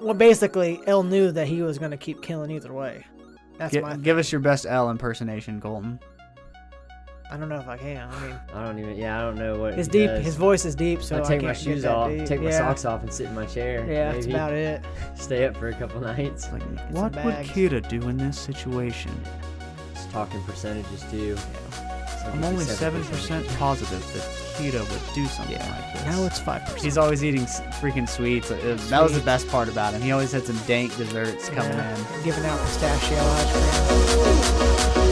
Well, basically, El knew that he was going to keep killing either way. That's Gi- my. give us your best L impersonation, Colton. I don't know if I can. I mean, I don't even. Yeah, I don't know what. it's he deep. does. His voice is deep, so I I take can't my get shoes that off, deep. take my Yeah. socks off, and sit in my chair. Yeah, that's maybe about it. stay up for a couple nights. Like, what would bags. Kira do in this situation? Just talking percentages too. It's like I'm only seven 57%. percent positive that Kira would do something like this. Now it's five percent. He's always eating s- freaking sweets. It was- That was the best part about him. He always had some dank desserts coming in. Giving out pistachio ice cream.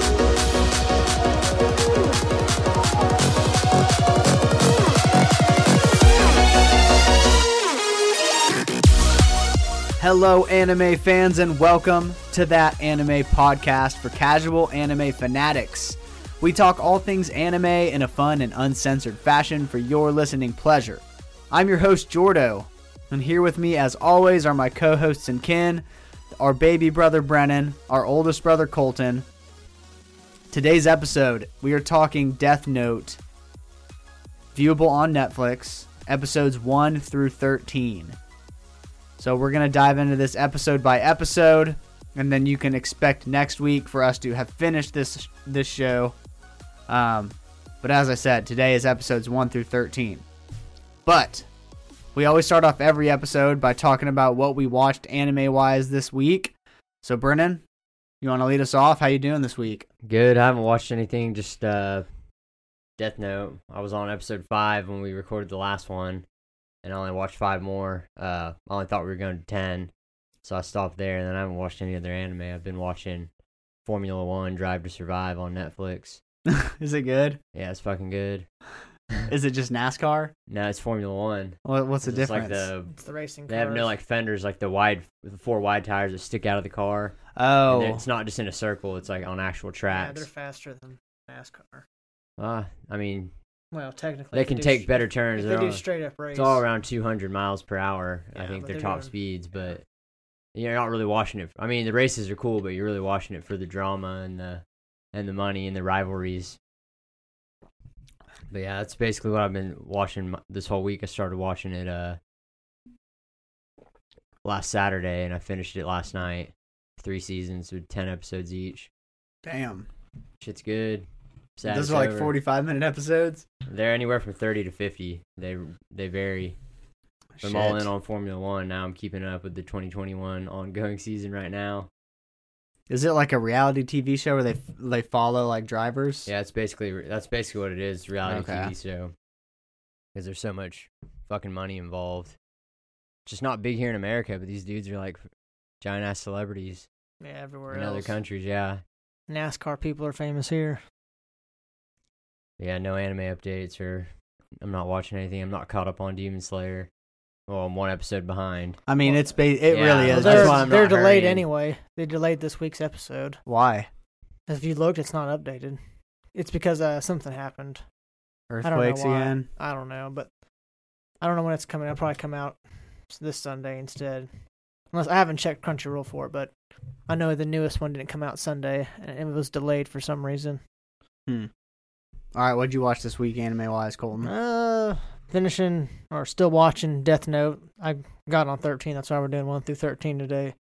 Hello, anime fans, and welcome to that anime podcast for casual anime fanatics. We talk all things anime in a fun and uncensored fashion for your listening pleasure. I'm your host, Jordo, and here with me, as always, are my co hosts and kin, our baby brother, Brennan, our oldest brother, Colton. Today's episode, we are talking Death Note, viewable on Netflix, episodes 1 through 13. So we're going to dive into this episode by episode and then you can expect next week for us to have finished this this show. Um, but as I said, today is episodes 1 through 13. But we always start off every episode by talking about what we watched anime-wise this week. So Brennan, you want to lead us off? How you doing this week? Good. I haven't watched anything. Just uh, Death Note. I was on episode five when we recorded the last one, and I only watched five more. Uh, I only thought we were going to ten, so I stopped there. And then I haven't watched any other anime. I've been watching Formula One Drive to Survive on Netflix. is it good? Yeah, it's fucking good. Is it just NASCAR? No, it's Formula One. What, what's the It's just difference? Like the It's the racing. They have no cars. like fenders, like the wide, the four wide tires that stick out of the car. oh, And it's not just in a circle; it's like on actual Yeah, tracks. they're faster than NASCAR. uh, I mean, Well, technically, they if can do take sh- better turns. If They're they do all, straight up race. it's all around 200 miles per hour. I Yeah, think but they're they're top doing- speeds, yeah. but you're not really watching it. I mean, the races are cool, but you're really watching it for the drama and the and the money and the rivalries. But yeah, that's basically what I've been watching m- this whole week. I started watching it uh last Saturday, and I finished it last night. Three seasons with ten episodes each. damn. Shit's good. Sad Those it's are like over. 45 minute episodes. They're anywhere from thirty to fifty. They they vary. I'm all in on Formula One now. I'm keeping up with the 2021 ongoing season right now. Is it like a reality TV show where they they follow like drivers? Yeah, it's basically that's basically what it is. Reality Okay. TV show because there's so much fucking money involved. Just not big here in America, but these dudes are like giant ass celebrities Yeah, everywhere in else. other countries. Yeah, NASCAR people are famous here. yeah. No anime updates or I'm not watching anything. I'm not caught up on Demon Slayer. Well, I'm one episode behind. I mean, it's ba- it really Yeah. Yeah, Well, is. that's they're That's why why. I'm they're not delayed hurrying. anyway. They delayed this week's episode. why? If you looked, it's not updated. It's because uh, something happened. I don't know Earthquakes why. again. I don't know, but I don't know when it's coming. It'll probably come out this Sunday instead. Unless I haven't checked Crunchyroll for it, but I know the newest one didn't come out Sunday and it was delayed for some reason. Hmm. All right, what'd you watch this week, anime wise, Colton? Uh, finishing or still watching Death Note. I got on 13. That's why we're doing 1 through 13 today.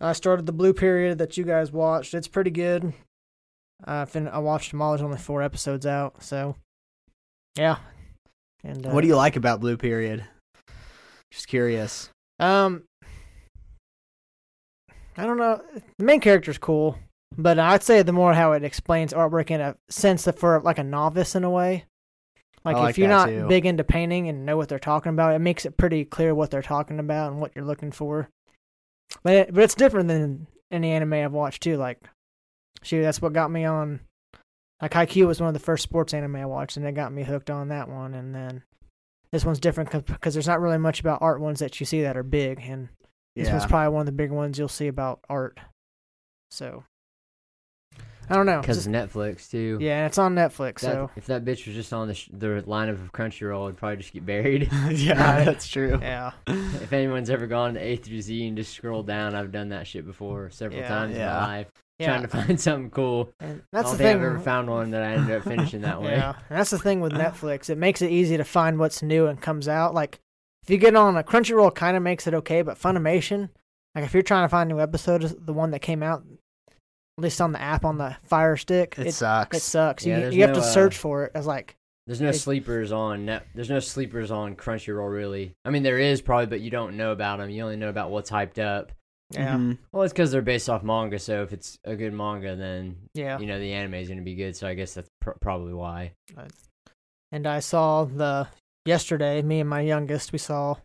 I started the Blue Period that you guys watched. It's pretty good. Uh, fin- I watched them all. There's only four episodes out, so yeah. And uh, What do you like about Blue Period? Just curious. Um, I don't know. The main character's cool, but I'd say the more how it explains artwork in a sense that for like a novice in a way. Like, like if you're that, not too. big into painting and know what they're talking about, it makes it pretty clear what they're talking about and what you're looking for. But it, but it's different than any anime I've watched too. Like, shoot, that's what got me on. Like Haikyuu was one of the first sports anime I watched, and it got me hooked on that one. And then this one's different because there's not really much about art ones that you see that are big, and this one's Yeah. probably one of the big ones you'll see about art. So I don't know. Because Just- of Netflix too. yeah, and it's on Netflix. That- So if that bitch was just on the sh- the lineup of Crunchyroll, it'd probably just get buried. yeah, that's true. yeah, if anyone's ever gone to A through Z and just scroll down, I've done that shit before several Yeah. times in Yeah. my life, trying yeah. to find something cool. And I that's the don't think thing. I've ever found one that I ended up finishing that way. Yeah, and that's the thing with Netflix. It makes it easy to find what's new and comes out. Like if If you get on a Crunchyroll, kind of makes it okay, but Funimation, like if you're trying to find new episodes, the one that came out, at least on the app on the Fire Stick, It, it, sucks. it sucks. Yeah, you there's you have no, to uh, search for it as like There's no It's- sleepers on net. There's no sleepers on Crunchyroll really. I mean, there is probably, but you don't know about them. You only know about what's hyped up. yeah Mhm. Well, it's because they're based off manga. So if it's a good manga, then yeah. you know the anime is gonna be good. So I guess that's pr- probably why. And I saw the yesterday. Me and my youngest, we saw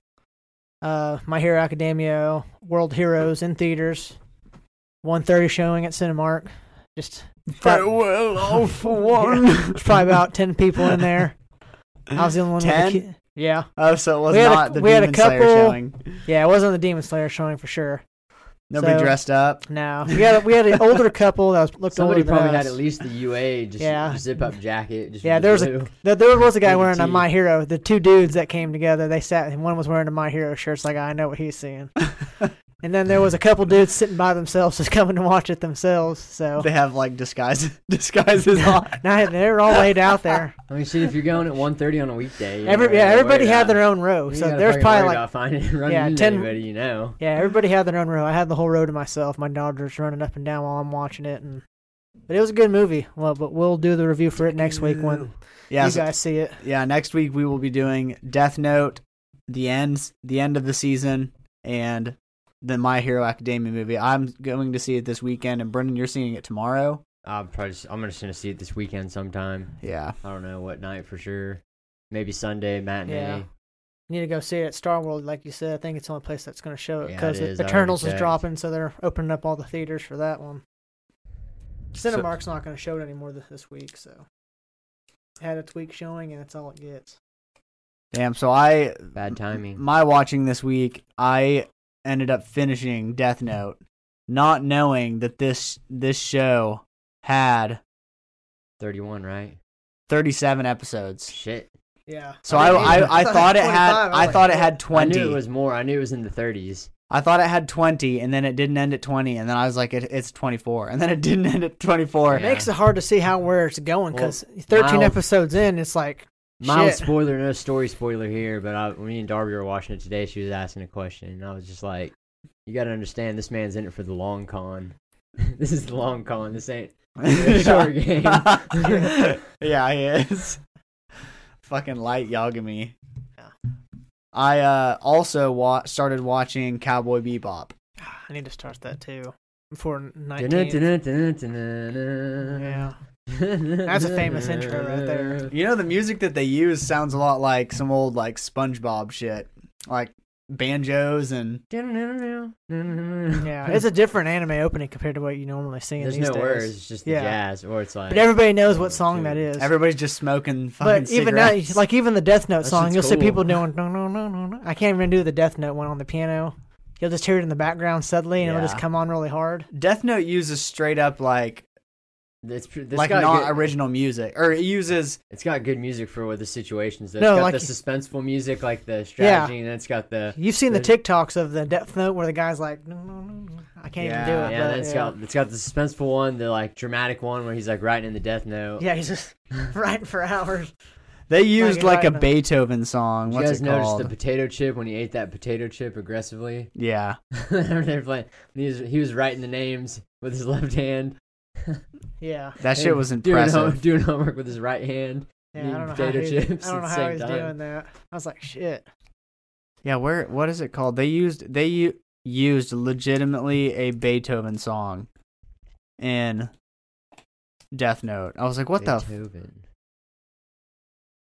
uh My Hero Academia World Heroes in theaters. One thirty showing at Cinemark. Just Farewell, all for one. there's probably about ten people in there. I was the only one. with a 10? kid- Yeah, Oh, so it was We had a- not the we had a Demon Slayer couple- showing. yeah. It wasn't the Demon Slayer showing for sure. Nobody So- dressed up. No, we had a, we had an older couple that was looked Somebody older than probably had us. at least the UA just Yeah. zip up jacket. Just Yeah, there was a- blue. There, there was a guy Maybe wearing a two. My Hero. The two dudes that came together, they sat, and one was wearing a My Hero shirt. It's like I know what he's seeing. and then there was a couple dudes sitting by themselves, just coming to watch it themselves. So They have like disguise disguises on. now they were all laid out there. I mean, shit, if you're going at 1.30 on a weekday, you Every ain't yeah, gotta everybody worry had about- their own row. you ain't So gotta there's fucking probably worry like about finding running yeah, into 10 anybody you know. yeah, everybody had their own row. I had the whole row to myself. My daughter's running up and down while I'm watching it, and but it was a good movie. Well, but we'll do the review for it next week when Yeah, you so- guys see it. yeah. Next week we will be doing Death Note, the ends, the end of the season, and the My Hero Academia movie. I'm going to see it this weekend, and Brendan, you're seeing it tomorrow. I'm probably just, I'm just gonna see it this weekend sometime. Yeah, I don't know what night for sure. Maybe Sunday matinee. Yeah. You need to go see it at Star World, like you said. I think it's the only place that's going to show it Yeah, because it is. I already Eternals is checked. dropping, so they're opening up all the theaters for that one. Cinemark's not going to show it anymore this, this week, so had its week showing, and that's all it gets. damn. So I Bad timing. my watching this week, I ended up finishing Death Note, not knowing that this this show had 31, right? 37 episodes. Shit. Yeah. So I I, I, thought it had 25, I was thought like, it had I 20. knew it was more. I knew it was in the 30s. I thought it had 20 and then it didn't end at 20 and then I was like it, it's 24 and then it didn't end at 24. It Yeah. makes it hard to see how where it's going Well, because 13 mild- episodes in, it's like Mild shit. spoiler, no story spoiler here, but I, when me and Darby were watching it today, she was asking a question, and I was just like, "You got to understand, this man's in it for the long con. this is the long con. This ain't short game." yeah, he is. Fucking light Yagami. Yeah. I uh, also wa- started watching Cowboy Bebop. "Ah, I need to start that too before 19. yeah, Yeah. That's a famous intro right there. You know, the music that they use sounds a lot like some old like SpongeBob shit, like banjos and Yeah, it's a different anime opening compared to what you normally see in There's these no days. words. It's just the Yeah. jazz, or it's like. But everybody knows what Oh, song dude. that is. everybody's just smoking fucking But even now, cigarettes. like even the Death Note That song, shit's you'll see cool. people doing no no no no no. I can't even do the Death Note one on the piano. You'll just hear it in the background suddenly, and it'll just Yeah. come on really hard. Death Note uses straight up like it's, pr- this like got not good, original music, or it uses It's got good music for what the situations. Though. No, it's got like- the suspenseful music, like the strategy, and it's got the You've seen the There's- TikToks of the Death Note where the guy's like, no no no, no. I can't even do Yeah, it. yeah. but, Then it's yeah. got it's got the suspenseful one, the like dramatic one where he's like writing in the death note. yeah, he's just writing for hours. they used like a right now. Beethoven song. You What's guys it noticed called? the potato chip when he ate that potato chip aggressively? yeah, They're playing- he, was, he was writing the names with his left hand. Yeah, that shit and was doing hom- impressive. Doing homework with his right hand. yeah. Eating I don't know how potato he, chips I at don't know the how same he's time. doing that. I was like, shit. Yeah, where what is it called? They used they u- used legitimately a Beethoven song in Death Note. I was like, what the? F-? Beethoven.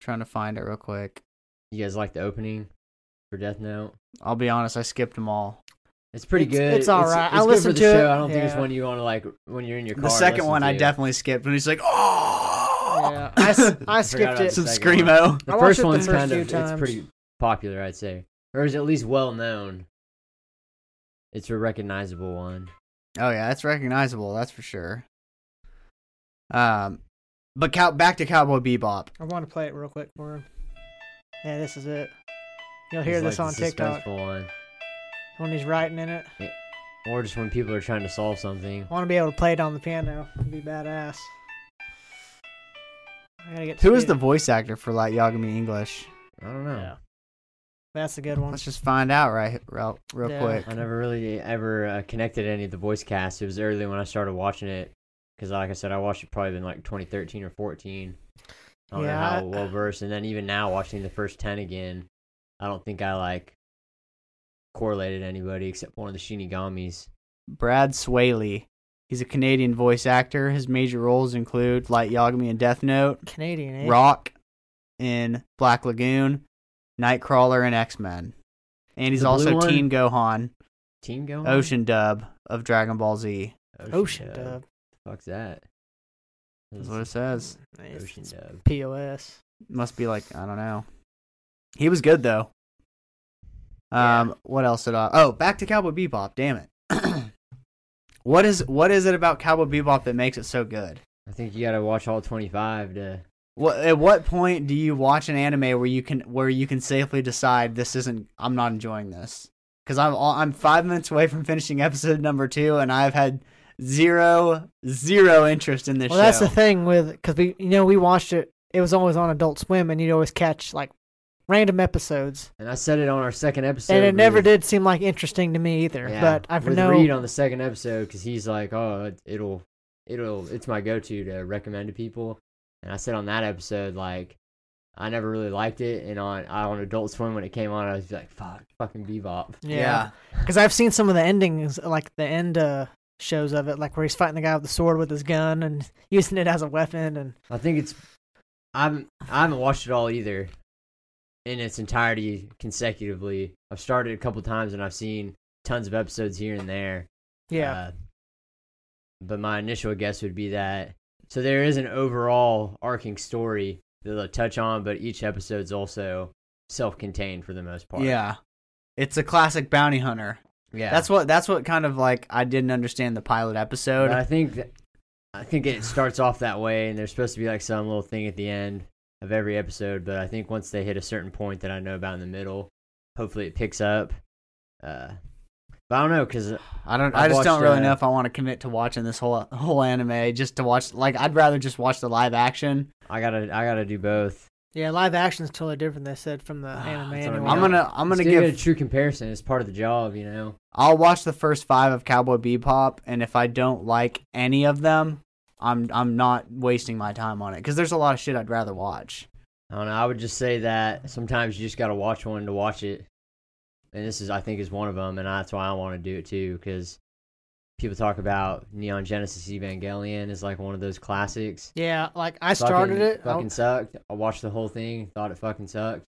Trying to find it real quick. You guys like the opening for Death Note? I'll be honest, I skipped them all. It's pretty It's- good. it's all right. I good listen for to the it. show. I don't think it's Yeah. one you want to like when you're in your car. The second listen one I to. definitely skipped when he's like, oh, Yeah, I, s- I skipped about it. that. some second one. screamo. I The watched it first the one's first kind few of times. it's pretty popular, I'd say, or is at least well known. It's a recognizable one. Oh yeah, that's recognizable. That's for sure. Um, but cow- back to Cowboy Bebop. I want to play it real quick for him. Yeah, this is it. You'll hear It's this like on the TikTok suspenseful One. when he's writing in it. Or just when people are trying to solve something. I want to be able to play it on the piano. It'd be badass. I gotta get. to Who is do- the voice actor for Light Yagami English? I don't know. Yeah. That's a good one. Let's just find out right real, real Yeah. quick. I never really ever uh, connected any of the voice casts. It was early when I started watching it because, like I said, I watched it probably in like 2013 or 14. I don't Yeah, I- know how well versed. And then even now, watching the first 10 again, I don't think I like correlated anybody except one of the Shinigamis. Brad Swaley. He's a Canadian voice actor. His major roles include Light Yagami in Death Note, Canadian, eh? Rock in Black Lagoon, Nightcrawler in X Men. And he's The blue also one? Teen Gohan, Team going? Ocean Dub of Dragon Ball Z. Ocean Dub. Fuck's that? That's what it says. It's- Ocean it's Dub. POS. Must be like I don't know. He was good though. Um, what else did I? Oh, back to Cowboy Bebop. Damn it. what is what is it about Cowboy Bebop that makes it so good? I think you gotta watch all 25 to. What at what point do you watch an anime where you can where you can safely decide this isn't I'm not enjoying this because I'm all, I'm five minutes away from finishing episode number two and I've had zero zero interest in this Well, that's show. the thing with because we, you know, we watched it. It was always on Adult Swim, and you'd always catch like random episodes, And I said it on our second episode. and it never with- did seem like interesting to me either. Yeah, But I've with no, Reed on the second episode because he's like, oh, it- it'll, it'll, it's my go-to to recommend to people. And I said on that episode, like, I never really liked it, and on I on Adult Swim when it came on, I was like, fuck, fucking Bebop. yeah, because I've seen some of the endings, like the end uh, shows of it, like where he's fighting the guy with the sword with his gun and using it as a weapon, and I think it's, I'm, I haven't watched it all either, in its entirety consecutively. I've started a couple times, and I've seen tons of episodes here and there. yeah, Uh, but my initial guess would be that so there is an overall arcing story that they'll touch on, but each episode's also self-contained for the most part. yeah. It's a classic bounty hunter. yeah. That's what that's what kind of like I didn't understand the pilot episode. But I think that, I think it starts off that way, and there's supposed to be like some little thing at the end of every episode. But I think once they hit a certain point that I know about in the middle, hopefully it picks up. Uh, but I don't know because I don't. I've i just don't watched, really uh, know if I want to commit to watching this whole whole anime just to watch. Like, I'd rather just watch the live action. I gotta I gotta do both. yeah. Live action's totally different. They said from the anime. that's what I Anyway. mean. I'm gonna. I'm gonna Still give. get a true comparison. It's part of the job, you know. I'll watch the first five of Cowboy Bebop, and if I don't like any of them, I'm I'm not wasting my time on it because there's a lot of shit I'd rather watch. I don't know. I would just say that sometimes you just got to watch one to watch it, and this is I think is one of them, and that's why I want to do it too because people talk about Neon Genesis Evangelion is like one of those classics. Yeah, like I started Fucking- it. oh, I- Fucking sucked. I watched the whole thing. Thought it fucking sucked.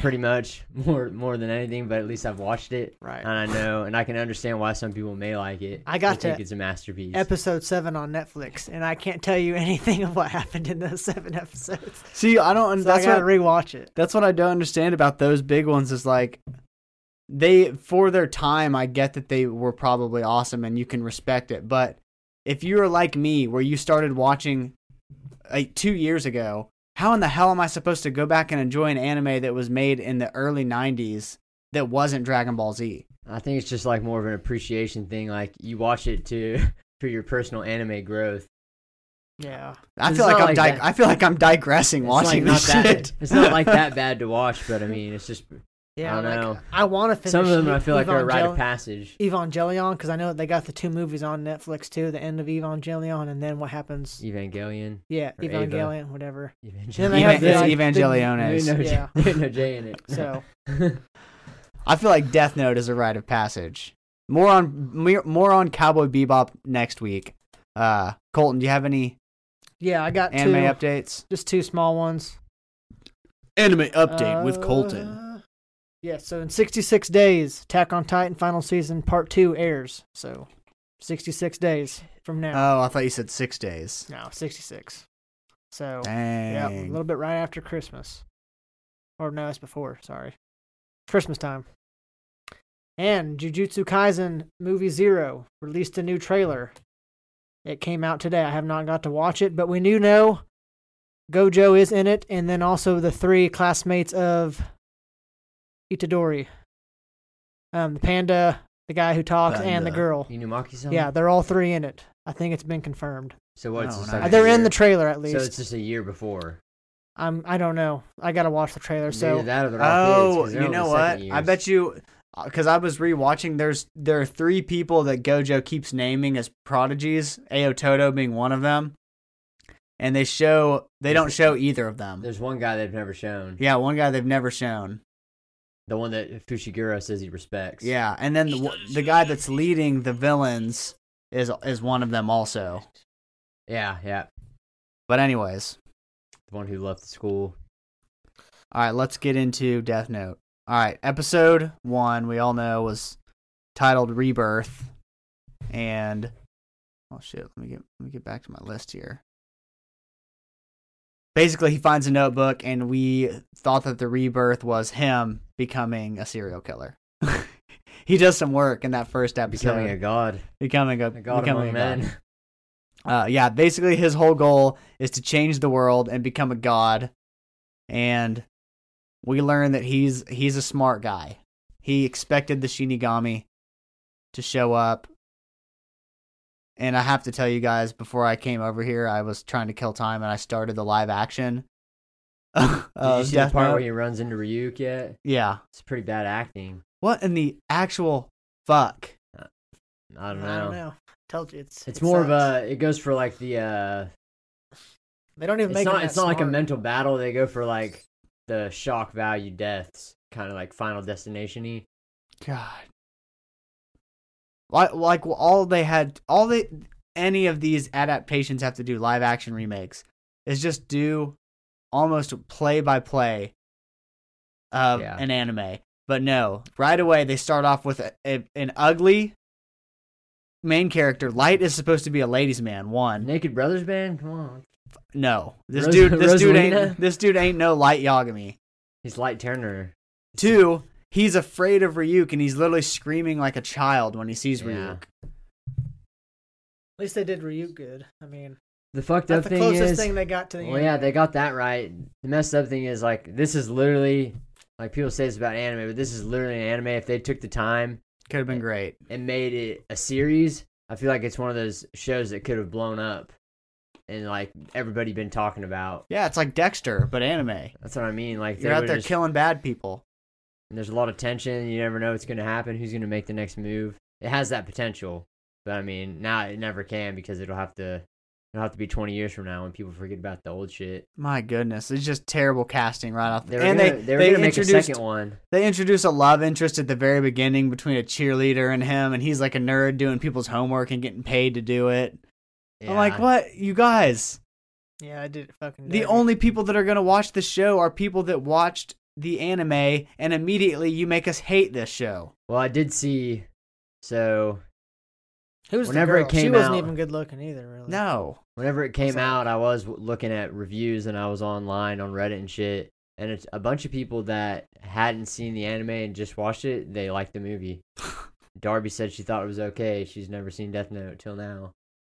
Pretty much more more than anything, but at least I've watched it, right. and I know, and I can understand why some people may like it. I got They think to it's a masterpiece. episode seven on Netflix, and I can't tell you anything of what happened in those seven episodes. See, I don't. So I gotta rewatch it. that's what I don't understand about those big ones is like they for their time I get that they were probably awesome and you can respect it but if you're like me where you started watching like 2 years ago how in the hell am I supposed to go back and enjoy an anime that was made in the early 90s that wasn't Dragon Ball Z I think it's just like more of an appreciation thing. Like you watch it to for your personal anime growth. Yeah, I It's feel like not I'm like dig- that. I feel like I'm digressing watching like this not shit That, it's not like that bad to watch, but I mean, it's just yeah. I don't like, know. I want to finish. some of them. I feel like are a rite Evangel- of passage. Evangelion because I know they got the two movies on Netflix too. The end of Evangelion, and then what happens? Evangelion. Yeah, Or Ava. Evangelion, whatever. Evangelion. they Eva- have it's like, the- Evangeliones. There ain't no, Yeah. there ain't no J in it. So I feel like Death Note is a rite of passage. More on mere- more on Cowboy Bebop next week. Uh, Colton, do you have any yeah, I got anime two, updates? just two small ones. Anime Uh, Yeah, so in 66 days, Attack on Titan final season part two airs. So 66 days from now. Oh, I thought you said six days. no, 66. So yeah, a Dang. little bit right after Christmas, or no, it's before. Sorry, Christmas time. And Jujutsu Kaisen Movie Zero released a new trailer. It came out today. I have not got to watch it, but we do know Gojo is in it, and then also the three classmates of Itadori, um, the panda, the guy who talks, and the Panda. girl. Inumaki-san. Yeah, they're all three in it. I think it's been confirmed. So what's Oh, just nice. like a They're in year- the trailer at least. So it's just a year before. I'm Um, I don't know. I gotta watch the trailer. Either So that or they're all Oh, kids, 'cause they're you only know what? second I years. bet you because I was rewatching. There's there are three people that Gojo keeps naming as prodigies. Ao Toto being one of them, and they show they don't show either of them. there's one guy they've never shown. Yeah, one guy they've never shown. The one that Fushiguro says he respects. Yeah, and then the, w- the guy that's leading the villains is is one of them also. Yeah, yeah. But anyways, The one who left the school. all right, let's get into Death Note. All right, episode 1 we all know was titled Rebirth and oh shit, let me get let me get back to my list here. Basically, he finds a notebook and we thought that the rebirth was him becoming a serial killer. he does some work in that first episode. Becoming a god. becoming a, A god becoming among a god. men. Uh, yeah, basically his whole goal is to change the world and become a god. And we learn that he's he's a smart guy. He expected the Shinigami to show up. And I have to tell you guys, before I came over here, I was trying to kill time and I started the live action. of Did you see the Death part Note. where he runs into Ryuk yet? yeah. It's pretty bad acting. What in the actual fuck? I don't know. I don't know. Told you it's It's it more sucks. of a. It goes for like the. uh They don't even It's make not. Him It's not like a mental. mental battle. They go for like the shock value deaths, kind of like Final Destination y. God. Like, like all they had, all they, any of these adaptations have to do live action remakes is just do almost play by play of Yeah. an anime. But no, right away they start off with a, a, an ugly main character. Light is supposed to be a ladies' man. One, Naked Brothers Band. Come on, no, this Ros- dude, this dude Rosalina? ain't, this dude ain't no Light Yagami. he's Light Turner. Two, he's afraid of Ryuk and he's literally screaming like a child when he sees Yeah. Ryuk. At least they did Ryuk good. I mean, The fucked that's up the thing closest is. thing they got to the well, yeah, they got that right. The messed up thing is like this is literally like people say it's about anime, but this is literally an anime. If they took the time Could have been great. and made it a series, I feel like it's one of those shows that could have blown up and like everybody been talking about. Yeah, it's like Dexter, but anime. That's what I mean. Like they You're out would've there just- killing bad people. and there's a lot of tension. You never know what's going to happen. Who's going to make the next move? It has that potential, but I mean, now it never can because it'll have to. It'll have to be 20 years from now when people forget about the old shit. My goodness, it's just terrible casting right off the. They were and gonna, they they were they gonna make a introduced second one. they introduce a love interest at the very beginning between a cheerleader and him, and he's like a nerd doing people's homework and getting paid to do it. I'm like, Yeah. what, you guys? yeah, I did it fucking. The dirty. only people that are gonna watch the show are people that watched the anime, and immediately you make us hate this show. Well, I did see. So who's whenever the it girl? she came wasn't out- even good looking either. Really, No, whenever it came that? out, I was w- looking at reviews and I was online on Reddit and shit. And it's a bunch of people that hadn't seen the anime and just watched it. They liked the movie. Darby said she thought it was okay. She's never seen Death Note till now.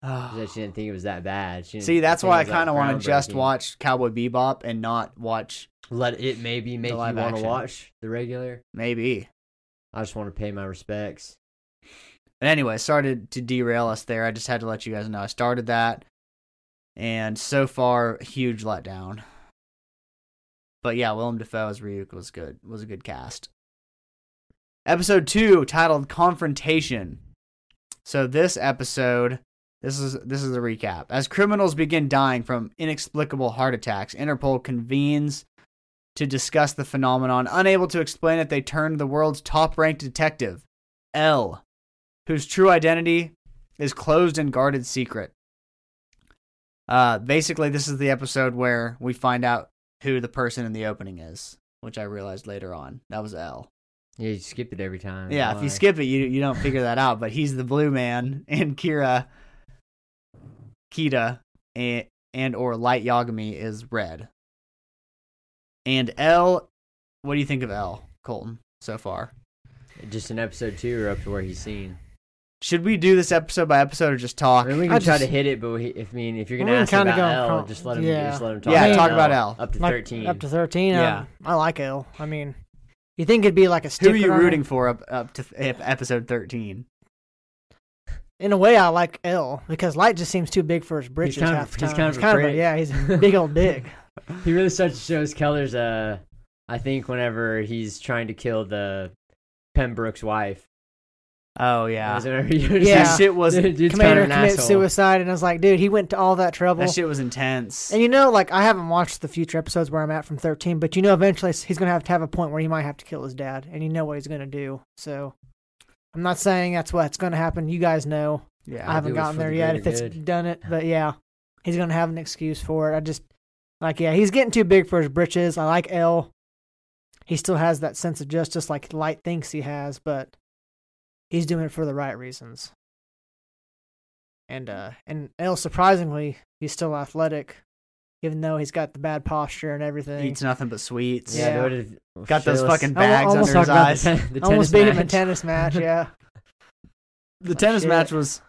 She said she didn't think it was that bad. She didn't See, that's think it why I was, like, kind of want to just groundbreaking. watch Cowboy Bebop and not watch Let it maybe make you live want to action. watch the regular. maybe. I just want to pay my respects. But anyway, started to derail us there. I just had to let you guys know I started that, and so far, huge letdown. But yeah, Willem Dafoe as Ryuk was good. Was a good cast. Episode two, titled "Confrontation." So this episode, this is this is the recap. As criminals begin dying from inexplicable heart attacks, Interpol convenes to discuss the phenomenon. Unable to explain it, they turn to the world's top-ranked detective, L, whose true identity is closed and guarded secret. Uh, basically, this is the episode where we find out who the person in the opening is, which I realized later on. That was L. Yeah, you skip it every time. Yeah, if Why? you skip it, you you don't figure that out. But he's the blue man, and Kira, Kita, and, and or Light Yagami is red. And L, what do you think of L Colton so far? just in episode two or up to where he's seen. Should we do this episode by episode or just talk? I mean, we can I try to just- hit it, but we, if I mean, if you're We gonna can ask about kinda go L, from- just let him, yeah. just let him talk. Yeah, about talk about L. Up to Like, thirteen. Up to thirteen. Yeah. Yeah, I like L. I mean, you think it'd be like a Who sticker are you on it? rooting for up up to ep- episode thirteen? In a way, I like L because Light just seems too big for his britches kind of- half the he's time. kind of a prick. yeah, he's a big old dick. he really starts to show his colors. Uh, I think whenever he's trying to kill the Pembroke's wife. Oh yeah. Is it whenever you- Yeah. That shit was Dude, dude's Commander kind of an commits asshole. suicide, and I was like, dude, he went to all that trouble. that shit was intense. And you know, like I haven't watched the future episodes where I'm at from 13, but you know, eventually he's gonna have to have a point where he might have to kill his dad, and you know what he's gonna do. So, I'm not saying that's what's gonna happen. You guys know. Yeah. I haven't do it gotten for the there yet. If greater it's good. done it, but yeah, he's gonna have an excuse for it. I just like, yeah, he's getting too big for his britches. I like L. He still has that sense of justice, like Light thinks he has, but he's doing it for the right reasons. And uh, and L surprisingly, he's still athletic, even though he's got the bad posture and everything. Eats nothing but sweets. Yeah. dude, it- Got those shit, let's fucking I wa- bags almost under his talked about eyes. the ten- the I Almost beat tennis him in match. tennis match. Yeah, The tennis shit. match was.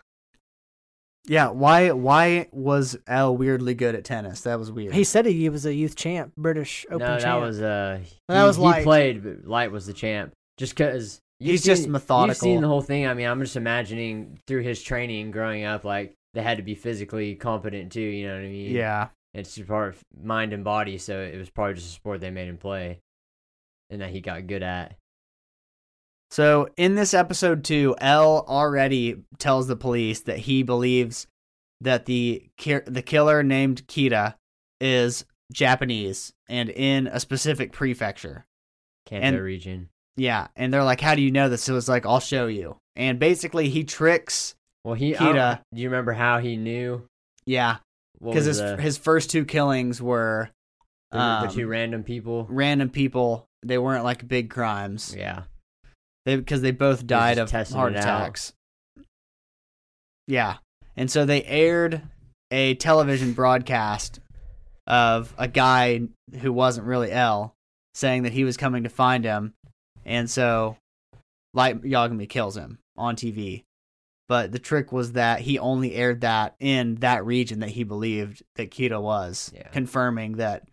Yeah, why why was Al weirdly good at tennis? That was weird. he said he was a youth champ, British Open no, that champ. was uh, That he- was he Light. played, but Light was the champ. Just because He's just You've methodical. seen the whole thing. I mean, I'm just imagining through his training growing up, like they had to be physically competent too. You know what I mean? yeah. It's just part of mind and body, so it was probably just a sport they made him play, and that he got good at. So in this episode two, L already tells the police that he believes that the ki- the killer named Kita is Japanese and in a specific prefecture. Kanto And- region. Yeah, and they're like, "How do you know this?" So it's like, "I'll show you." And basically, he tricks. Well, he. I Kida. don't- Do you remember how he knew? Yeah, What because was his the, his first two killings were the, um, the two random people? random people. They weren't like big crimes. Yeah. They because they both died just of testing heart it out. attacks. Yeah, and so they aired a television broadcast of a guy who wasn't really L, saying that he was coming to find him, and so Light Yagami kills him on TV. But the trick was that he only aired that in that region that he believed that Kita was, Yeah. Hmm. confirming that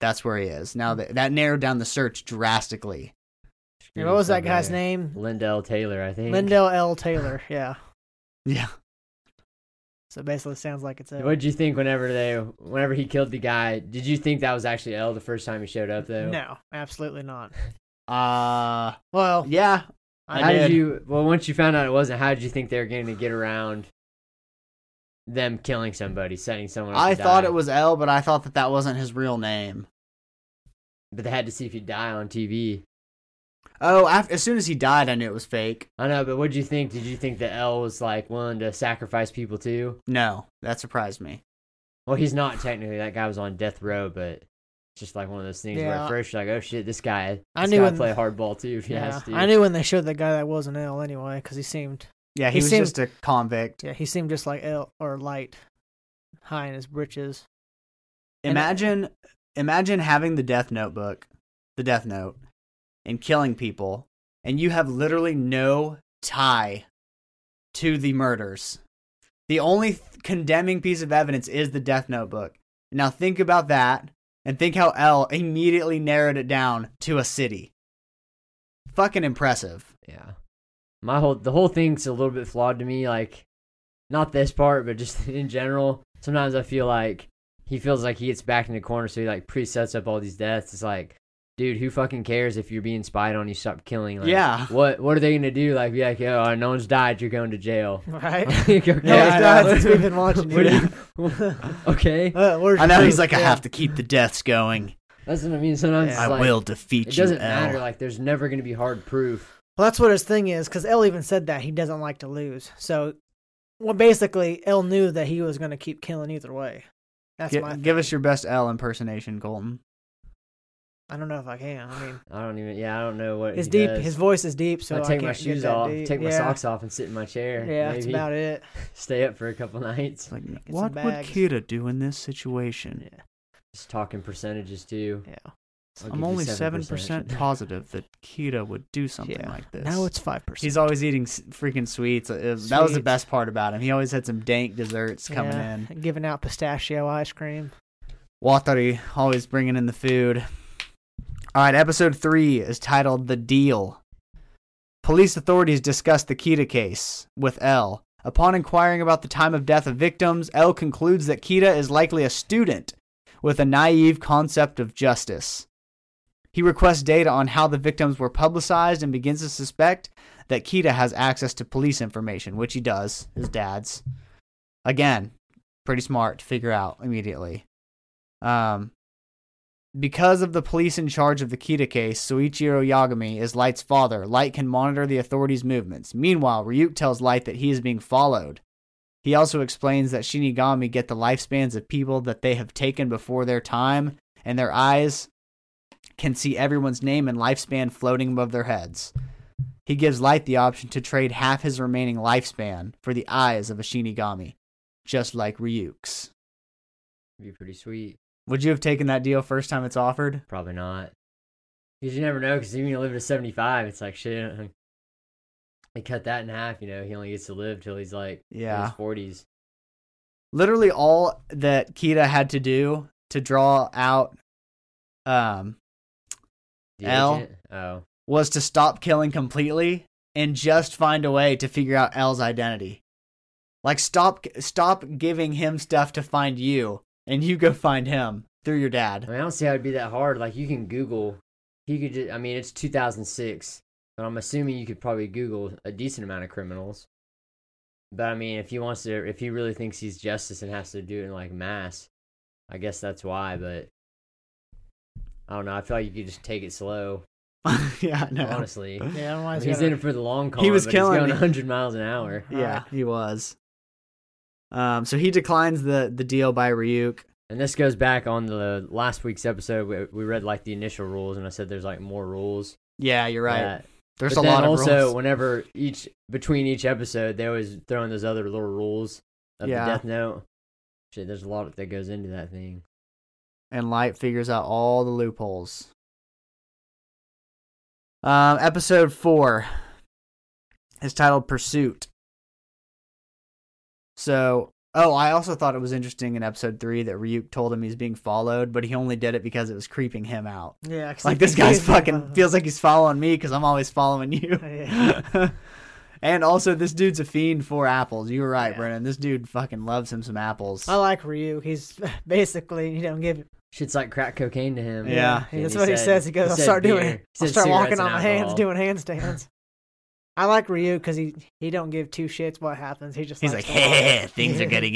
that's where he is. Now that that narrowed down the search drastically. Yeah, what was that guy's Somewhere. name? Lindell Taylor, I think. Lindell L. Taylor. Yeah. Mm. Yeah. So basically, it sounds like it's a. What did you think whenever they, whenever he killed the guy? Did you think that was actually L the first time he showed up though? No, absolutely not. Uh Well, yeah. I how did. did you? Well, once you found out it wasn't, how did you think they were going to get around them killing somebody, setting someone? Up I to thought die? it was L, but I thought that that wasn't his real name. but they had to see if he die on TV. Oh, af as soon as he died, I knew it was fake. I know, but what did you think? Did you think that L was like willing to sacrifice people too? No, that surprised me. Well, he's not technically. That guy was on death row, but it's just like one of those things where Yeah. at first you're like, "Oh shit, this guy, I this knew guy when- play hardball too if he yeah, has to." I knew when they showed the guy that wasn't L anyway, because he seemed Yeah, he, He was seemed- just a convict. yeah he seemed just like L or light, high in his britches. And- Imagine, imagine having the death notebook, the death note, and killing people, and you have literally no tie to the murders. The only th- condemning piece of evidence is the death notebook. Now think about that, and think how L immediately narrowed it down to a city. Fucking impressive. Yeah. My whole the whole thing's a little bit flawed to me, like not this part, but just in general. Sometimes I feel like he feels like he gets backed in the corner, so he like pre sets up all these deaths. It's like, dude, who fucking cares if you're being spied on, you stop killing like Yeah. what what are they gonna do? Like be like, oh no one's died, you're going to jail. Right. Like, okay. No, Yeah, he's I died know. since we've been watching. What do you. you- okay. Uh, where's I know your he's proof? like, I Yeah. have to keep the deaths going. That's what I mean. Sometimes Yeah. it's I like, will defeat It you, doesn't L. matter, like there's never gonna be hard proof. Well, that's what his thing is, because L even said that he doesn't like to lose. So, well, basically, L knew that he was going to keep killing either way. That's Gi- my. give us your best L impersonation, Colton. I don't know if I can. I mean, I don't even yeah, I don't know what it's he deep. does. His voice is deep, so I I take can't my get shoes that off, deep. take my Yeah. socks off, and sit in my chair. Yeah, that's maybe about it. stay up for a couple nights. It's like, some what would bags." Kita do in this situation? Yeah, Just talking percentages too. yeah. I'll give I'm you only seven percent positive that Kita would do something Yeah. like this. Now it's five percent. He's always eating s- freaking sweets. It was- That was the Sweets. best part about him. He always had some dank desserts coming Yeah, in. Giving out pistachio ice cream. Watari always bringing in the food. All right, episode three is titled The Deal. Police authorities discuss the Kita case with L. Upon inquiring about the time of death of victims, L concludes that Kita is likely a student, with a naive concept of justice. He requests data on how the victims were publicized and begins to suspect that Kita has access to police information, which he does, his dad's. Again, pretty smart to figure out immediately. Um, because of the police in charge of the Kita case, Suichiro Yagami is Light's father. Light can monitor the authorities' movements. Meanwhile, Ryuk tells Light that he is being followed. He also explains that Shinigami get the lifespans of people that they have taken before their time, and their eyes can see everyone's name and lifespan floating above their heads. He gives Light the option to trade half his remaining lifespan for the eyes of a Shinigami, just like Ryuk's. It'd be pretty sweet. Would you have taken that deal first time it's offered? Probably not. Because you never know, because even you live to 75, it's like, shit, they cut that in half, you know, he only gets to live till he's like in Yeah. his 40s. Literally all that Kita had to do to draw out um, The L? agent? Oh, was to stop killing completely and just find a way to figure out L's identity. Like stop stop giving him stuff to find you and you go find him through your I dad. mean, I don't see how it'd be that hard. Like, you can Google. He could just, I mean, it's 2006, but I'm assuming you could probably Google a decent amount of criminals. But I mean, if he wants to, if he really thinks he's justice and has to do it in like mass, I guess that's why. But I don't know. I feel like you could just take it slow, yeah, no. honestly. Yeah, I don't know why he's He's gotta- in it for the long con. was but killing he's going me. 100 miles an hour, Yeah, Ah. he was. Um so he declines the the deal by Ryuk. and this goes back on the last week's episode. We, we read like the initial rules, and I said there's like more rules. Yeah, you're right. that There's but a then lot of also rules. whenever each between each episode they always throw in those other little rules of Yeah. the death note shit there's a lot that goes into that thing and Light figures out all the loopholes. Um, episode four is titled Pursuit. So, oh, I also thought it was interesting in episode three that Ryuk told him he's being followed, but he only did it because it was creeping him out. Yeah, 'cause Like he this guy's confused me. fucking feels like he's following me because I'm always following you. Yeah. and also, this dude's a fiend for apples. You were right, Yeah. Brennan. This dude fucking loves him some apples. I like Ryu. He's basically you don't give. shit's like crack cocaine to him Yeah. he- And that's he what he said- says. He goes, he "I'll said start doing. beer. it. He I'll said start walking cigarettes on and my hands, alcohol." doing handstands." I like Ryu because he he don't give two shits what happens. He just He's likes like, hey, to hey, walk." hey, things are Yeah. getting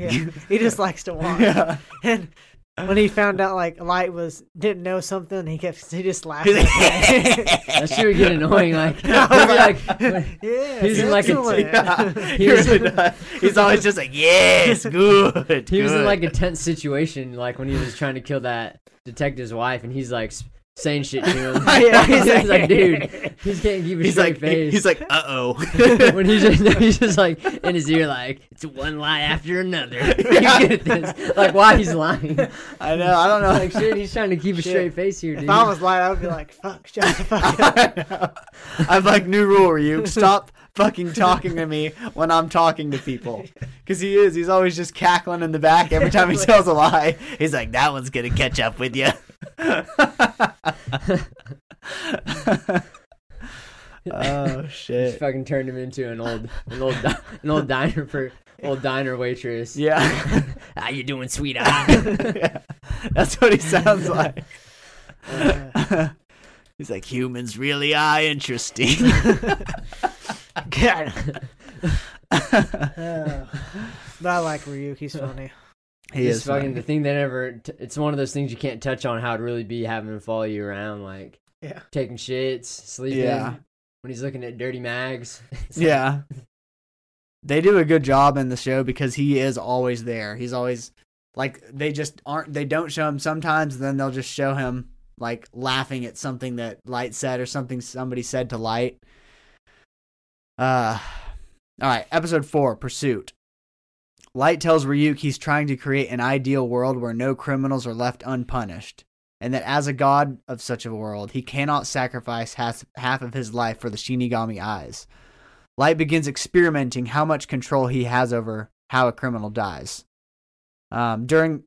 Yeah. He just likes to walk. Yeah. And when he found out like Light was didn't know something, he kept he just laughed. He's like, that shit would get annoying like, he'd be like when- yeah, He's in, like, a excellent. Yeah, he really does. He's always just like, yes, good. he was in good." like a tense situation like when he was trying to kill that detective's wife and he's like s- saying shit to him Yeah, he's he's like- like dude he's can't keep a he's straight like, face he's like, uh oh. when he's just, he's just like in his ear, like it's one lie after another. you get this? Like why he's lying? I know. I don't know. Like shit, he's trying to keep a Shit. straight face here, dude. If I was Light, I would be like, "Fuck, shut the fuck up." I'm like, new rule, Ryuk. Stop fucking talking to me when I'm talking to people. Because he is. He's always just cackling in the back every time he tells a lie. He's like, that one's going to catch up with you. oh, Just shit. fucking turned him into an old, an old, di- an old diner for old diner waitress. Yeah. How you doing, sweetheart? yeah. That's what he sounds like. Uh, He's like, humans really are interesting. God. Oh. but I like Ryuk. He's funny. he Just fucking the thing they never. T- it's one of those things you can't touch on how it really be having him follow you around, like Yeah. taking shits, sleeping. Yeah. When he's looking at dirty mags. It's like, Yeah. They do a good job in the show because he is always there. He's always like they just aren't they don't show him sometimes then they'll just show him like laughing at something that Light said or something somebody said to Light. Uh all right, episode 4, Pursuit. Light tells Ryuk he's trying to create an ideal world where no criminals are left unpunished, and that as a god of such a world, he cannot sacrifice half, half of his life for the Shinigami eyes. Light begins experimenting how much control he has over how a criminal dies. Um, during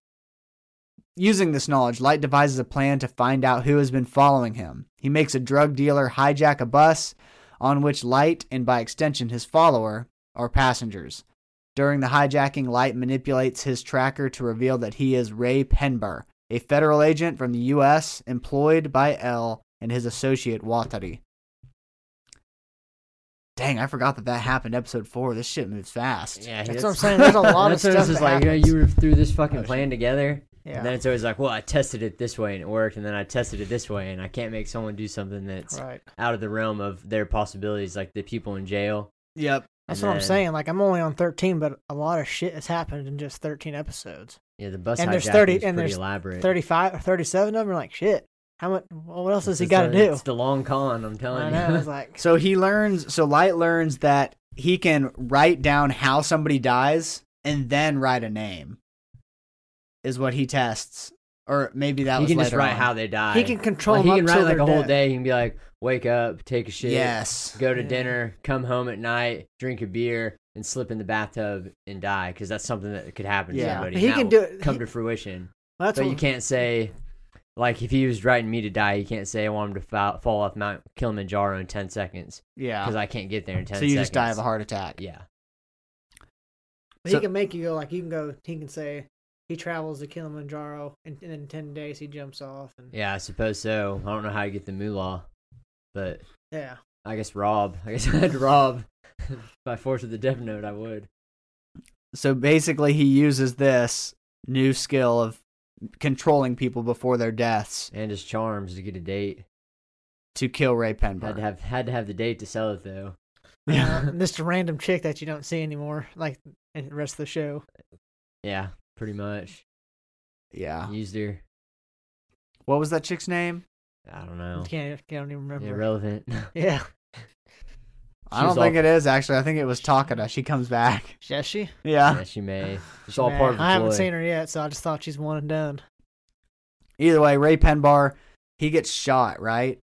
using this knowledge, Light devises a plan to find out who has been following him. He makes a drug dealer hijack a bus on which Light and by extension his follower are passengers. During the hijacking, Light manipulates his tracker to reveal that he is Ray Penber, a federal agent from the U.S. employed by L and his associate Watari. Dang, I forgot that that happened. Episode four. This shit moves fast. Yeah, That's it's- what I'm saying. There's a lot of that's what stuff it's that just like, you, know, happens. you threw this fucking Oh, shit. plan together, yeah. and then it's always like, well, I tested it this way and it worked, and then I tested it this way, and I can't make someone do something that's right. out of the realm of their possibilities, like the people in jail. Yep. That's and what I'm then- saying. Like I'm only on 13, but a lot of shit has happened in just 13 episodes. Yeah, the bus And there's hijacking 30 is and pretty there's elaborate. 35 or 37 of them are like shit. How much? Well, what else has he It's got to the- do? It's the long con. I'm telling I know. you. It's like So he learns. So Light learns that he can write down how somebody dies and then write a name. Is what he tests, or maybe that he was can later just write on. how they die. he can control. Like, he them can up write till like they're a whole dead. day. He can be like, wake up, take a shit, Yes. go to Yeah. dinner, come home at night, drink a beer, and slip in the bathtub and die because that's something that could happen to Yeah. somebody. But he and can that do will it- Come he- to fruition, That's but what, you can't say. Like if he was writing me to die, you can't say I want him to fall, fall off Mount Kilimanjaro in ten seconds Yeah. because I can't get there in ten. So you just die of a seconds. heart attack. Yeah, But So- he can make you go like you can go. He can say he travels to Kilimanjaro and, and in ten days he jumps off. And, yeah, I suppose so. I don't know how you get the moolah, but yeah. I guess Rob. I guess I had Rob. By force of the Death Note, I would. So basically, he uses this new skill of controlling people before their deaths And his charms to get a date. to kill Ray Had to Penber. have had to have the date to sell it though. Uh, and just a random chick that you don't see anymore, like in the rest of the show. Yeah, pretty much. yeah. Used her. What was that chick's name? I don't know. Can't, can't even remember. Irrelevant. Yeah, I She don't was think it is actually. I think it was Takada. She comes back. Does she? Yeah. yeah, she may. It's all part of the I haven't seen her yet, so I just thought she's one and done. Either way, Ray Penbar, he gets shot, right?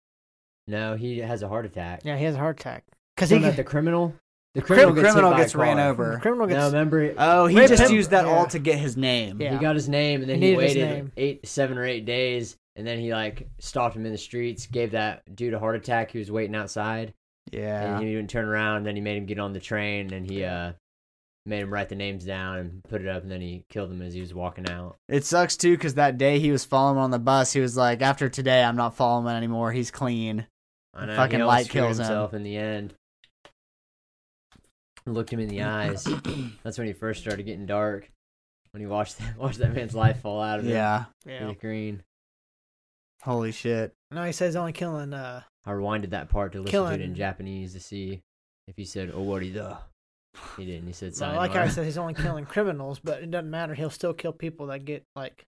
No, he has a heart attack. Yeah, he has a heart attack because Isn't he that can, the the criminal? The Criminal, criminal, criminal, gets, gets, hit by a ran car. over. criminal No, gets remember? he- Oh, he Ray just Pen- used that yeah. all to get his name. Yeah. He got his name, and then He he, needed his waited name. eight, seven or eight days, and then he like stopped him in the streets, gave that dude a heart attack. He was waiting outside, Yeah. and he didn't turn around. And then he made him get on the train, and he uh made him write the names down and put it up, and then he killed him as he was walking out. It sucks too because that day he was following on the bus, he was like, after today, I'm not following anymore. He's clean. I know, Fucking he light almost screwed kills him. himself in the end. Looked him in the eyes. That's when he first started getting dark. When he watched that, watched that man's life fall out of him. Yeah. through yeah. the green. Holy shit. No, he says only killing. Uh, I rewinded that part to listen to it Killing. in Japanese to see if he said "Owari da." He didn't. He said well, "Sayonara." like I said, he's only killing criminals, but it doesn't matter. He'll still kill people that get like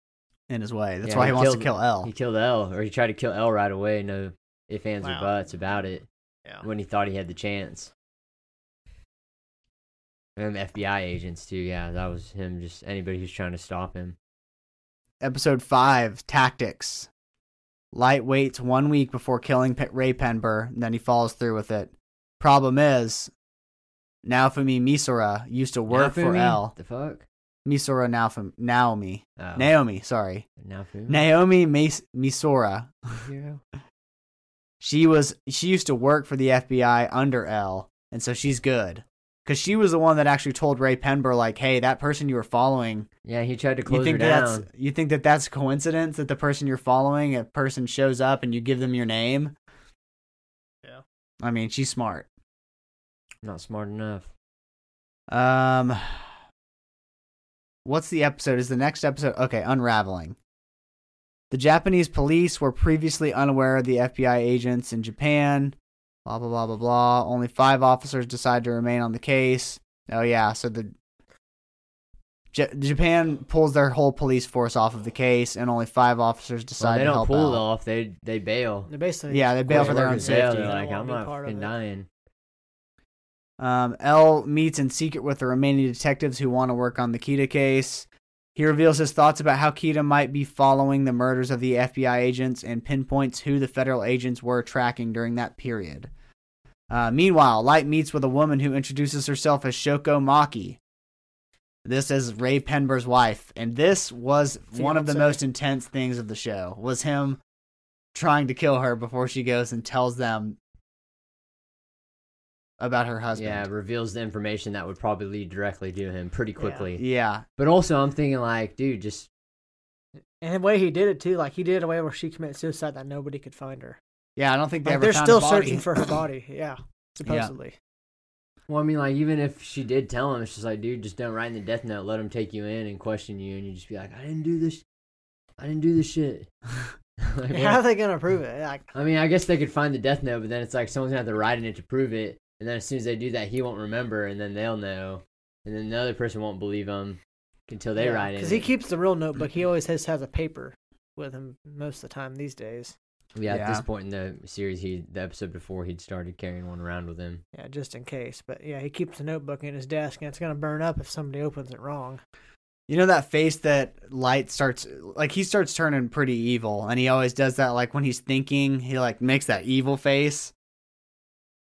In his way. That's Yeah, why he, he wants to killed- kill L. He killed L, or he tried to kill L right away. No ifs, ands, Wow. or buts about it. Yeah. When he thought he had the chance. And them FBI agents too. Yeah, that was him. Just anybody who's trying to stop him. Episode 5 Tactics. Light waits one week before killing Pe- Ray Penber, and then he follows through with it. Problem is, Naofumi Misora used to work for Naofumi? L. The fuck? Misora Naofumi, Naomi. Oh. Naomi, sorry. Naofumi? Naomi Mis- Misora. Hero? She was she used to work for the FBI under L, and so she's good. Cause she was the one that actually told Ray Penber, like, "Hey, that person you were following Yeah, he tried to you close her think down. that's you think that that's a coincidence that the person you're following a person shows up and you give them your name Yeah. i mean she's smart Not smart enough. um what's the episode is the next episode okay unraveling the japanese police were previously unaware of the fbi agents in japan blah blah blah blah blah only five officers decide to remain on the case oh yeah so the J- Japan pulls their whole police force off of the case, and only five officers Well, decide to they don't help pull out. it off. They they bail. they're basically Yeah, they bail They for their work own in jail, safety. They're like, They don't wanna I'm be not part of fucking it. dying. Um, L meets in secret with the remaining detectives who want to work on the Kita case. He reveals his thoughts about how Kita might be following the murders of the FBI agents and pinpoints who the federal agents were tracking during that period. Uh, meanwhile, Light meets with a woman who introduces herself as Shoko Maki. This is Ray Penber's wife, and this was one of the Fiancé. most intense things of the show. Was him trying to kill her before she goes and tells them about her husband. Yeah, reveals the information that would probably lead directly to him pretty quickly. Yeah. But also, I'm thinking like, dude, just And the way he did it too, like he did it a way where she committed suicide that nobody could find her. Yeah, I don't think they Like ever they're found still a body. searching for her body. Yeah, supposedly. well, I mean, like even if she did tell him, it's just like, dude, just don't write in the death note. Let him take you in and question you, and you just be like, I didn't do this. I didn't do this shit. like, How are what- they gonna prove it? Like, I mean, I guess they could find the death note, but then it's like someone's gonna have to write in it to prove it. And then as soon as they do that, he won't remember, and then they'll know, and then the other person won't believe him until they write it. because he keeps the real notebook. He always has has a paper with him most of the time these days. Yeah, at Yeah. this point in the series, he the episode before he'd started carrying one around with him. Yeah, just in case. But yeah, he keeps the notebook in his desk, and it's gonna burn up if somebody opens it wrong. You know that face that light starts like he starts turning pretty evil, and he always does that like when he's thinking, he like makes that evil face.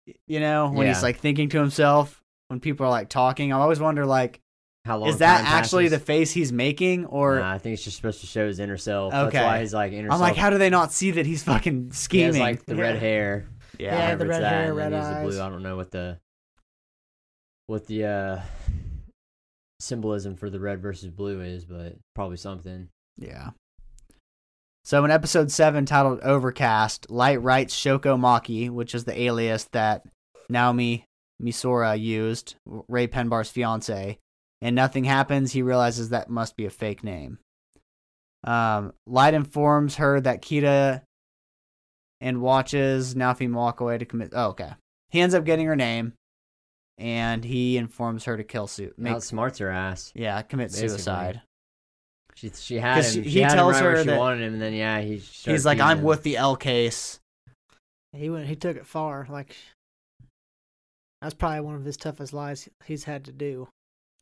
Y- You know when he's Yeah. like thinking to himself when people are like talking. I always wonder like How long is that time actually the passes? face he's making or Nah, I think it's just supposed to show his inner self. Okay. That's why he's like inner I'm like self- how do they not see that he's fucking he scheming? has like the red Yeah. hair. Yeah, I the remember red it's that, hair, and then red he's the blue. eyes. I don't know what the what the uh symbolism for the red versus blue is, but probably something. Yeah. So in episode seven, titled "Overcast," Light writes Shoko Maki, which is the alias that Naomi Misora used, Ray Penbar's fiance, and nothing happens. He realizes that must be a fake name. Um, Light informs her that Kita and watches Naomi walk away to commit. Oh, okay. He ends up getting her name, and he informs her to kill suit. Make, Outsmarts her ass. yeah, commit Basically. suicide. She she had 'Cause him. she- She, he had tells him right her where she that- wanted him, and then yeah, he started He's like, beating "I'm him. with the L case." He went. He took it far. Like that's probably one of his toughest lies he's had to do.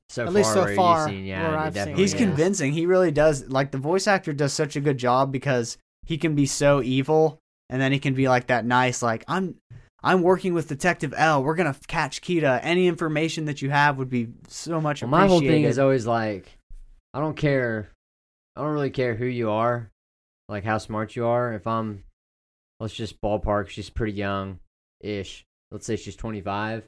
so at least so where you've far, seen, where yeah, they I've seen. definitely- He's Oh, yeah. convincing. He really does. Like the voice actor does such a good job because he can be so evil, and then he can be like that nice, like I'm, I'm working with Detective L. We're gonna f- catch Kita. Any information that you have would be so much appreciated. Well, my whole thing is always like, I don't care, I don't really care who you are, like how smart you are. If I'm, let's just ballpark, she's pretty young, ish. Let's say she's 25.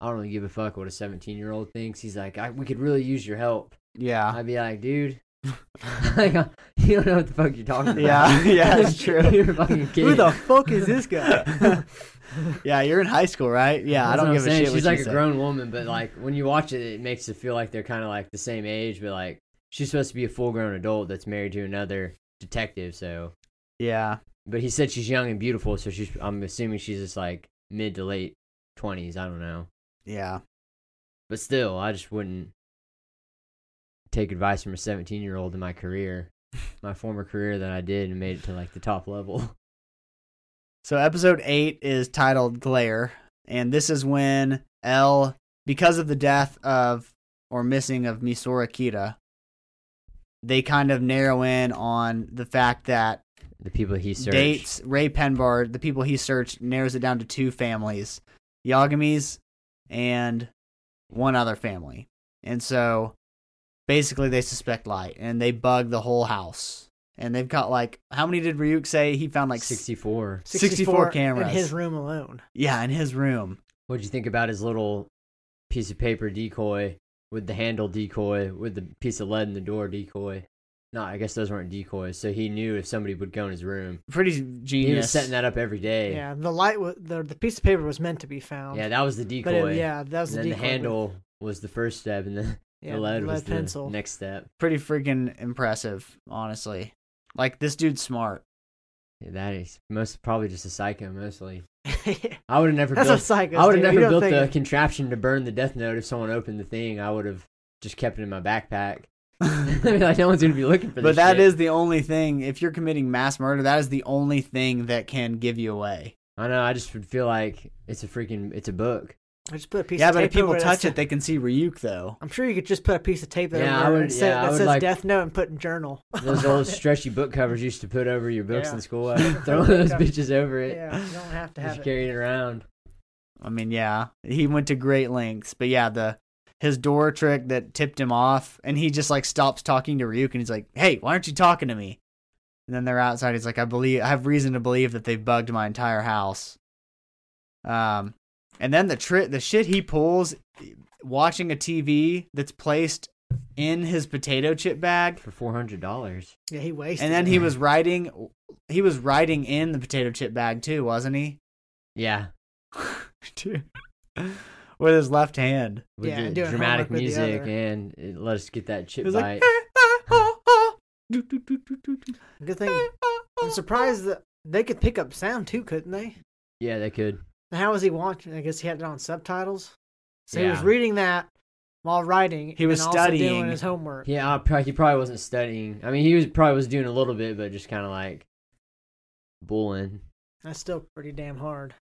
I don't really give a fuck what a 17 year old thinks. He's like, I, we could really use your help. yeah, I'd be like, dude, like, you don't know what the fuck you're talking about. yeah, yeah. That's true. you're a fucking kidding. Who the fuck is this guy? yeah, you're in high school, right? Yeah, I That's don't what I'm give a saying. shit. She's what like you a say. grown woman, but like when you watch it, it makes it feel like they're kind of like the same age, but like she's supposed to be a full grown adult that's married to another detective. So, Yeah, but he said she's young and beautiful, so she's. I'm assuming she's just like mid to late twenties. I don't know, yeah, but still, I just wouldn't take advice from a 17 year old in my career, my former career that I did and made it to like the top level. So episode eight is titled Glare, and this is when L, because of the death of or missing of Misora Kita, they kind of narrow in on the fact that The people he served. dates Ray Penbar, the people he searched, narrows it down to two families, Yagamis and one other family. And so basically they suspect light and they bug the whole house. And they've got like how many did Ryuk say he found like like 64. 64 in cameras. his room alone. Yeah, in his room. What'd you think about his little piece of paper decoy with the handle decoy with the piece of lead in the door decoy? No, I guess those weren't decoys. So he knew if somebody would go in his room. pretty He genius. was setting that up every day. Yeah, the light. wa the the piece of paper was meant to be found. Yeah, that was the decoy. but it, yeah, that was and the, then the decoy with- handle was the first step, and then yeah, the lead, was pencil. the next step. Pretty freaking impressive, honestly. Like this dude's smart. Yeah, that is most probably just a psycho mostly. That's I would have never a built. psycho. I would dude. have You never don't built the think- contraption to burn the death note if someone opened the thing. I would have just kept it in my backpack. like no one's gonna be looking for. But this that shit. is the only thing. If you're committing mass murder, that is the only thing that can give you away. I know. I just would feel like it's a freaking it's a book. I just put a piece. yeah, of but tape if people over touch that it, they can see Ryuk though. I'm sure you could just put a piece of tape over Yeah, I it would- and say, yeah, I that would says like- death note and put in journal. Those old stretchy book covers used to put over your books Yeah. in school. I throw those bitches over it. yeah, you don't have to have Just it. carry it around. I mean, yeah, he went to great lengths. But yeah, the his door trick that tipped him off, and he just like stops talking to Ryuk, and he's like, "Hey, why aren't you talking to me?" And then they're outside. He's like, "I believe I have reason to believe that they've bugged my entire house." Um, And then the tri- the shit he pulls watching a TV that's placed in his potato chip bag. for four hundred dollars. Yeah, he wasted. And then he was riding he was riding in the potato chip bag too, wasn't he? Yeah, Dude. With his left hand. with Yeah, the and doing dramatic homework with the music, other. and it let us get that He chip was bite. like "Ah, ah, ah, do, do, do, do, do, do, good thing. ah, ah, I'm ah." surprised that they could pick up sound too, couldn't they? yeah, they could. And how was he watching? I guess he had it on subtitles, so he was Yeah. reading that while writing. He was and also studying. doing his homework. Yeah, I prob- he probably wasn't studying. I mean, he was probably was doing a little bit, but just kind of like bullying. That's still pretty damn hard.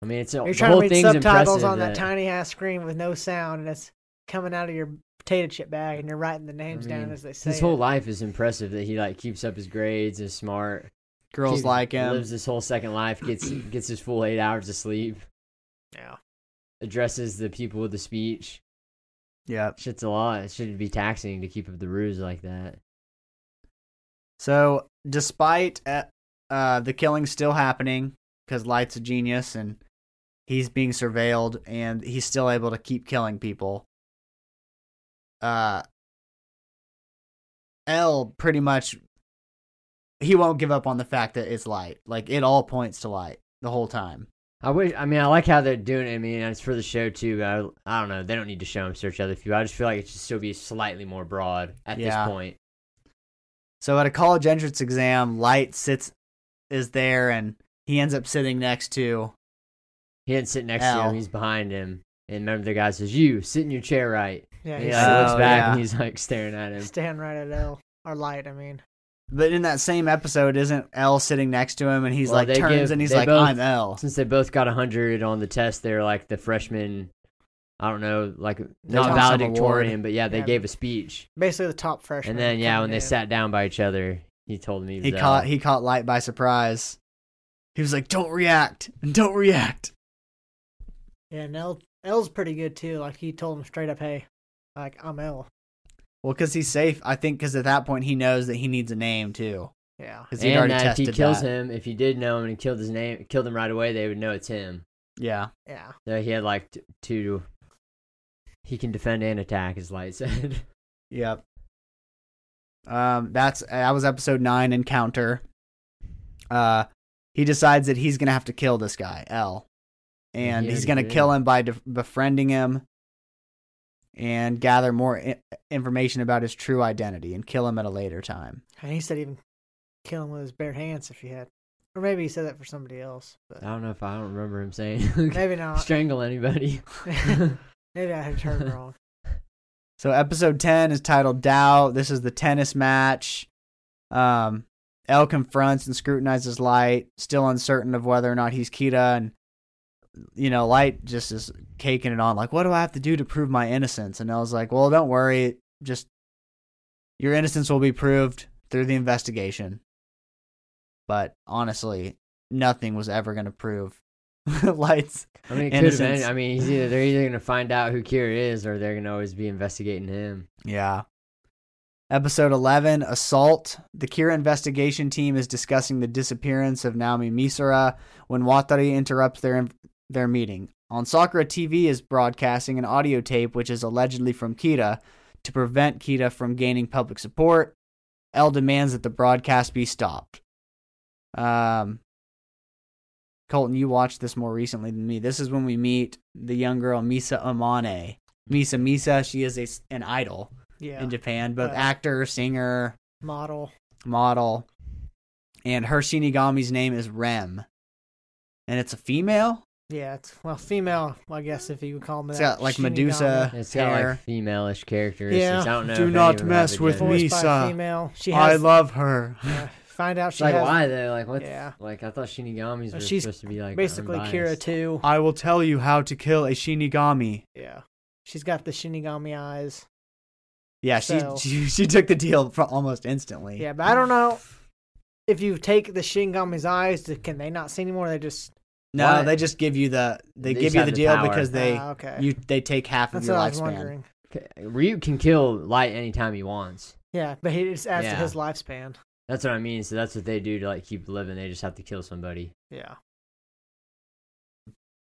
I mean, it's You're the trying to whole read thing's subtitles impressive. on that, that- tiny ass screen with no sound, and it's coming out of your potato chip bag, and you're writing the names down mean, as they say. His it. whole life is impressive that he like keeps up his grades, is smart, Girls keeps- like him. lives his whole second life, gets gets his full eight hours of sleep, Yeah. addresses the people with the speech. Yeah. Shit's a lot. It should be taxing to keep up the ruse like that. So, despite uh, uh, the killing still happening, because Light's a genius and he's being surveilled, and he's still able to keep killing people. Uh, L pretty much he won't give up on the fact that it's Light. Like it all points to Light the whole time. I wish. I mean, I like how they're doing it. I mean, it's for the show too. But I, I don't know. They don't need to show him search other people. I just feel like it should still be slightly more broad at Yeah. this point. So at a college entrance exam, Light sits is there, and he ends up sitting next to He didn't sit next to Al. him. He's behind him. And remember, the guy says, "You sit in your chair, right?" Yeah, And he's he he's like, sitting- looks Oh, back yeah. and he's like staring at him. staring right at L or light. I mean, But in that same episode, isn't L sitting next to him and he's Well, like they turns give- and he's they like, both- I'm L. Since they both got hundred on the test, they're like the freshmen. I don't know, like not won some valedictorian, but yeah, they Yeah. gave a speech. basically the top freshman. And then yeah, coming when they in. sat down by each other, he told me uh, He caught he caught Light by surprise. He was like, Don't react. Don't react. Yeah, and L L's pretty good too. Like he told him straight up, "Hey, like I'm L." Well, because he's safe, I think, because at that point he knows that he needs a name too. Yeah, Because he'd and already that if tested he kills that. him, if he did know him and killed his name, killed him right away, they would know it's him. Yeah. yeah. So he had like t- two. He can defend and attack, as Light said. Yep. Um, that's that was episode nine encounter. Uh, he decides that he's gonna have to kill this guy L, and He he's already gonna did. kill him by de- befriending him, and gather more I- information about his true identity and kill him at a later time. And he said even kill him with his bare hands if you had, or maybe he said that for somebody else, I but don't know if I don't remember him saying maybe not. strangle anybody. maybe I had heard wrong. So episode ten is titled Doubt. This is the tennis match. Um, L confronts and scrutinizes Light, still uncertain of whether or not he's Kita, and you know Light just is caking it on, like, "What do I have to do to prove my innocence?" And L's like, "Well, don't worry, just your innocence will be proved through the investigation." But honestly, nothing was ever going to prove Light's I mean, it could have Innocence. been. I mean, he's either they're either gonna find out who Kira is, or they're gonna always be investigating him. Yeah. Episode 11 Assault. The Kira investigation team is discussing the disappearance of Naomi Misura when Watari interrupts their, their meeting. On Sakura TV is broadcasting an audio tape which is allegedly from Kira to prevent Kira from gaining public support. L demands that the broadcast be stopped. Um, Colton, you watched this more recently than me. This is when we meet the young girl Misa Amane. Misa Misa, she is a, s- an idol Yeah, in Japan, both Uh, actor, singer, model. model. And her Shinigami's name is Rem. And it's a female? Yeah, it's well female. I guess if you would call them It's that. got, like, Shinigami. Medusa. It's got Hair. like female-ish characteristics. Yeah. I don't know. Do if any not of them have mess a with gender. me. Voiced by Misa. a female. She has. love her. yeah, find out It's she Like has. why though? Like what? Yeah. Like I thought Shinigamis were She's supposed to be like basically Kira unbiased. too. I will tell you how to kill a Shinigami. Yeah, she's got the Shinigami eyes. Yeah, So- she, she she took the deal for almost instantly. Yeah, but I don't know if you take the Shinigami's eyes. Can they not see anymore? They just No, Why? they just give you the they, They give just you have the the deal power. because they Ah, okay. you they take half That's of your what I was lifespan. wondering. Okay, Ryu can kill Light anytime he wants. Yeah, but he just adds to Yeah. his lifespan. That's what I mean. So that's what they do to like keep living. They just have to kill somebody. Yeah,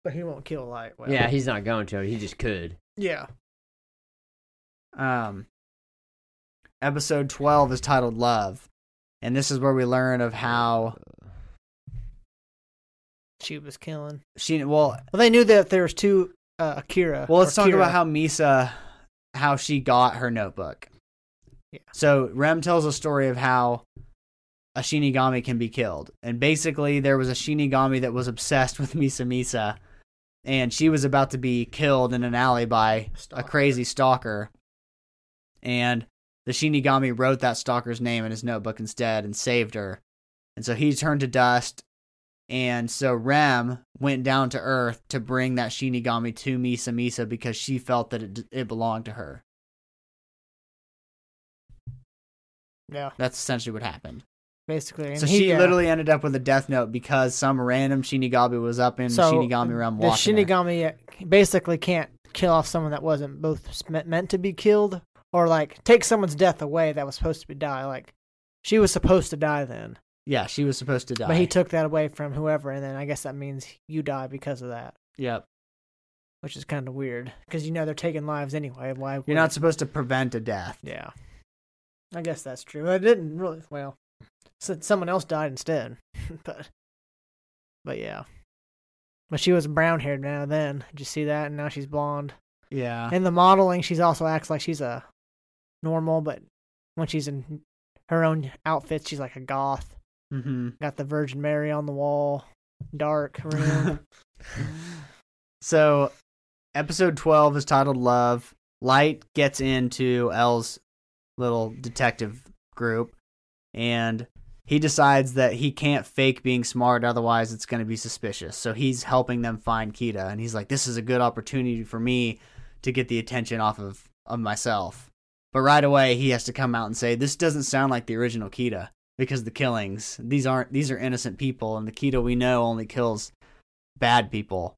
but he won't kill light. Well, Yeah, he's not going to. He just could. yeah. Um, episode 12 is titled Love. And this is where we learn of how She was killing. she, well, Well, they knew that there was two uh, Akira. well, let's or talk Kira. about how Misa, how she got her notebook. Yeah. So Rem tells a story of how a Shinigami can be killed. And basically, there was a Shinigami that was obsessed with Misa Misa. And she was about to be killed in an alley by a Stalker. crazy stalker. And the Shinigami wrote that stalker's name in his notebook instead and saved her. And so he turned to dust. And so Rem went down to Earth to bring that Shinigami to Misa Misa because she felt that it, it belonged to her. Yeah, That's essentially what happened. basically. And so he, she uh, literally ended up with a death note because some random Shinigami was up in so Shinigami realm The watching. her. Shinigami uh, basically can't kill off someone that wasn't both s- me- meant to be killed or like take someone's death away that was supposed to be die. Like she was supposed to die then, Yeah, she was supposed to die. but he took that away from whoever, and then I guess that means you die because of that, yep. which is kind of weird because you know they're taking lives anyway. Why You're would- not supposed to prevent a death. Yeah, I guess that's true. But it didn't really. Well, since someone else died instead, but but yeah. But she was brown haired now. Then did you see that? And now she's blonde. Yeah. In the modeling, she's also acts like she's a normal, but when she's in her own outfit, she's like a goth. Mm-hmm. Got the Virgin Mary on the wall, dark room. so, episode 12 is titled Love. Light gets into L's little detective group, and he decides that he can't fake being smart, otherwise, it's going to be suspicious. So, he's helping them find Kita, and he's like, This is a good opportunity for me to get the attention off of, of myself. But right away, he has to come out and say, This doesn't sound like the original Kita because the killings these aren't these are innocent people and the keto we know only kills bad people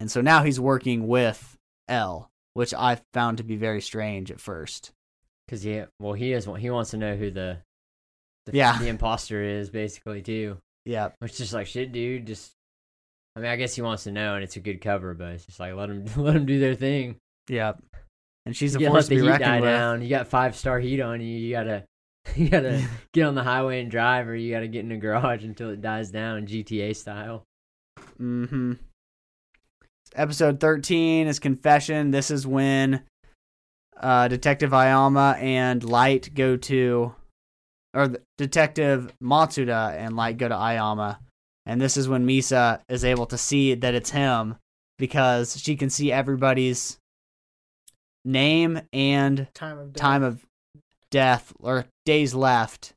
and so now he's working with l which i found to be very strange at first Cause he, well, he is. He wants to know who the, the Yeah. the imposter is basically too. yep Which is just like shit, dude. Just, I mean, I guess he wants to know, and it's a good cover, but it's just like let him let him do their thing. yep and she's a you gotta force let to the be heat die reckoned with down. You got five star heat on you. You gotta you gotta get on the highway and drive, or you gotta get in a garage until it dies down, GTA style. Mm-hmm. Episode 13 is Confession. This is when uh, Detective Ayama and Light go to, or the, Detective Matsuda and Light go to Ayama. And this is when Misa is able to see that it's him because she can see everybody's name and time of death. time of death or days left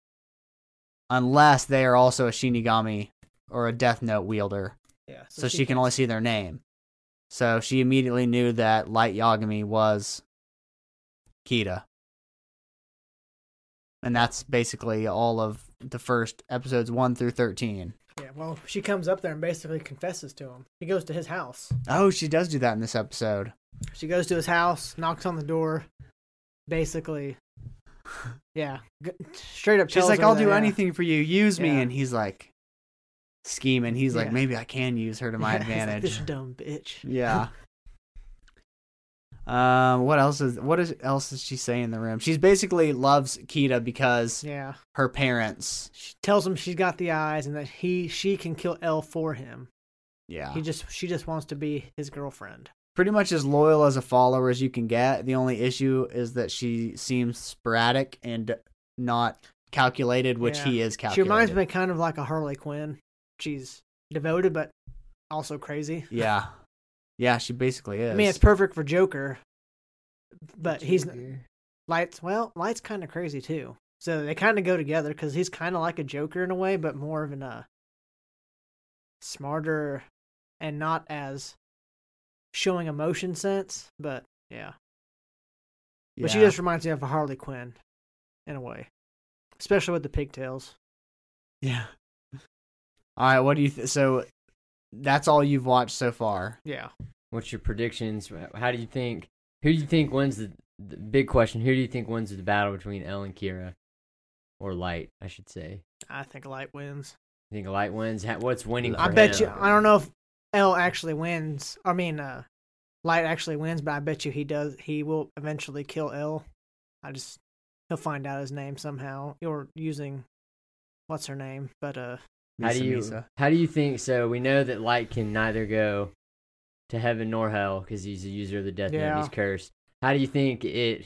unless they are also a Shinigami or a Death Note wielder Yeah. so, she, can only see their name. So she immediately knew that Light Yagami was Kita. And that's basically all of the first episodes 1 through 13. Yeah. Well, she comes up there and basically confesses to him. He goes to his house. Oh, she does do that in this episode. She goes to his house, knocks on the door, basically. Yeah, g- straight up. She's tells like, her I'll that, do yeah. anything for you. Use me. Yeah. And he's like, scheming. He's like, Yeah. maybe I can use her to my Yeah, he's like, advantage. this dumb bitch. Yeah. Um, what else is what is else is she saying in the room? She's basically loves Kita because Yeah, her parents. she tells him she's got the eyes and that he she can kill L for him. Yeah. He just she just wants to be his girlfriend. pretty much as loyal as a follower as you can get. The only issue is that she seems sporadic and not calculated, which Yeah. he is calculated. She reminds me kind of like a Harley Quinn. She's devoted but also crazy. Yeah, yeah, she basically is. I mean, it's perfect for Joker, but he's Lights, well, Light's kind of crazy too. So they kind of go together because he's kind of like a Joker in a way, but more of an uh, smarter and not as showing emotion sense. But yeah. but she Yeah. just reminds me of a Harley Quinn in a way, especially with the pigtails. yeah. All right, what do you? Th- so that's all you've watched so far. Yeah, What's your predictions? How do you think? Who do you think wins the, the big question? Who do you think wins the battle between Elle and Kira, or Light? I should say. I think Light wins. You think Light wins? Ha- What's winning? For I bet him? you. I don't know if L actually wins. I mean, uh, Light actually wins, but I bet you he does. He will eventually kill L. I just he'll find out his name somehow, or using what's her name. But uh, How do Misa, you Misa. how do you think so? We know that light can neither go to heaven nor hell because he's a user of the death note. He's Yeah. cursed. How do you think it?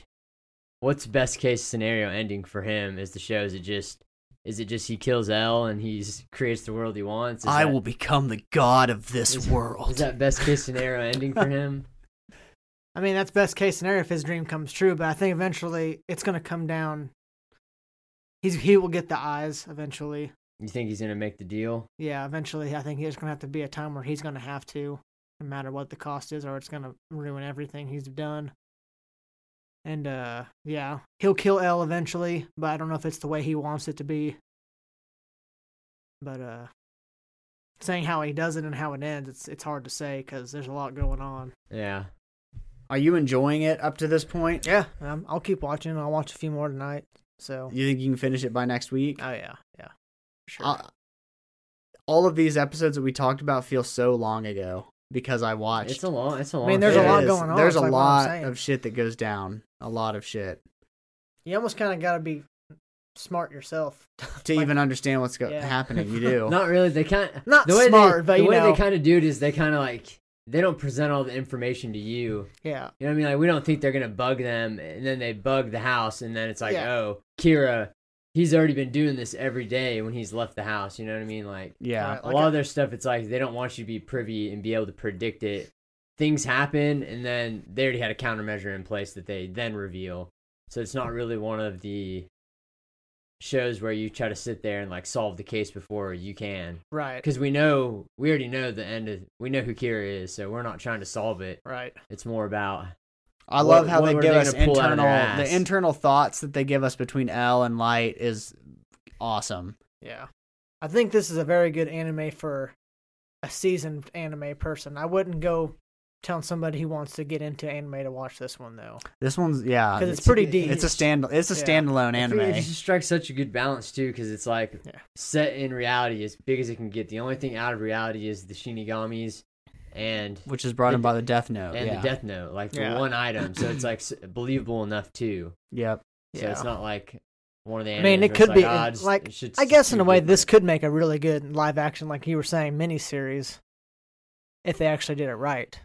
What's best case scenario ending for him as the show? Is it just is it just he kills L and he's creates the world he wants? Is I that- will become the god of this is- world. Is that best case scenario ending for him? I mean, that's best case scenario if his dream comes true. But I think eventually it's gonna come down. He's he will get the eyes eventually. You think he's gonna make the deal? Yeah, eventually I think there's gonna have to be a time where he's gonna have to, no matter what the cost is, or it's gonna ruin everything he's done. And uh yeah, he'll kill L eventually, but I don't know if it's the way he wants it to be. But uh saying how he does it and how it ends, it's it's hard to say because there's a lot going on. Yeah. Are you enjoying it up to this point? Yeah, um, I'll keep watching. I'll watch a few more tonight. So You think you can finish it by next week? oh yeah, yeah, sure. Ah. Uh, all of these episodes that we talked about feel so long ago because I watched. It's a long. It's a long. mean, there's a It lot is. going on, There's it's a like what I'm lot saying. of shit that goes down. A lot of shit you almost kind of got to be smart yourself. to Like- even understand what's go- Yeah. happening. You do. Not really. They kind Not the way smart, they, but the you way know, they kind of do it is they kind of like they don't present all the information to you. yeah. You know what I mean? Like we don't think they're gonna bug them, and then they bug the house, and then it's like, Yeah. oh, Kira, he's already been doing this every day when he's left the house. You know what I mean? Like yeah. Right. a Like lot I- of their stuff, it's like they don't want you to be privy and be able to predict it. Things happen, and then they already had a countermeasure in place that they then reveal. So it's not really one of the shows where you try to sit there and like solve the case before you can, Right. because we know we already know the end of we know who Kira is, so we're not trying to solve it. Right. It's more about I What- love how what they were give they us gonna pull out of internal their the ass? internal thoughts that they give us between L and Light is awesome. Yeah. I think this is a very good anime for a seasoned anime person. I wouldn't go telling somebody who wants to get into anime to watch this one though. This one's yeah, 'Cause it's pretty deep. It's a stand. It's a Yeah. standalone I figured It anime. just strikes such a good balance too, because it's like Yeah. set in reality as big as it can get. The only thing out of reality is the Shinigamis and Which is brought in by the Death Note. and yeah. the Death Note, like the Yeah. one item. So it's like s- believable enough too. Yep. So it's not like one of the. I mean, animes it where could it's be, like, ah, and, just- like, it should I guess in a succeed way with this it. could make a really good live action like you were saying miniseries if they actually did it right.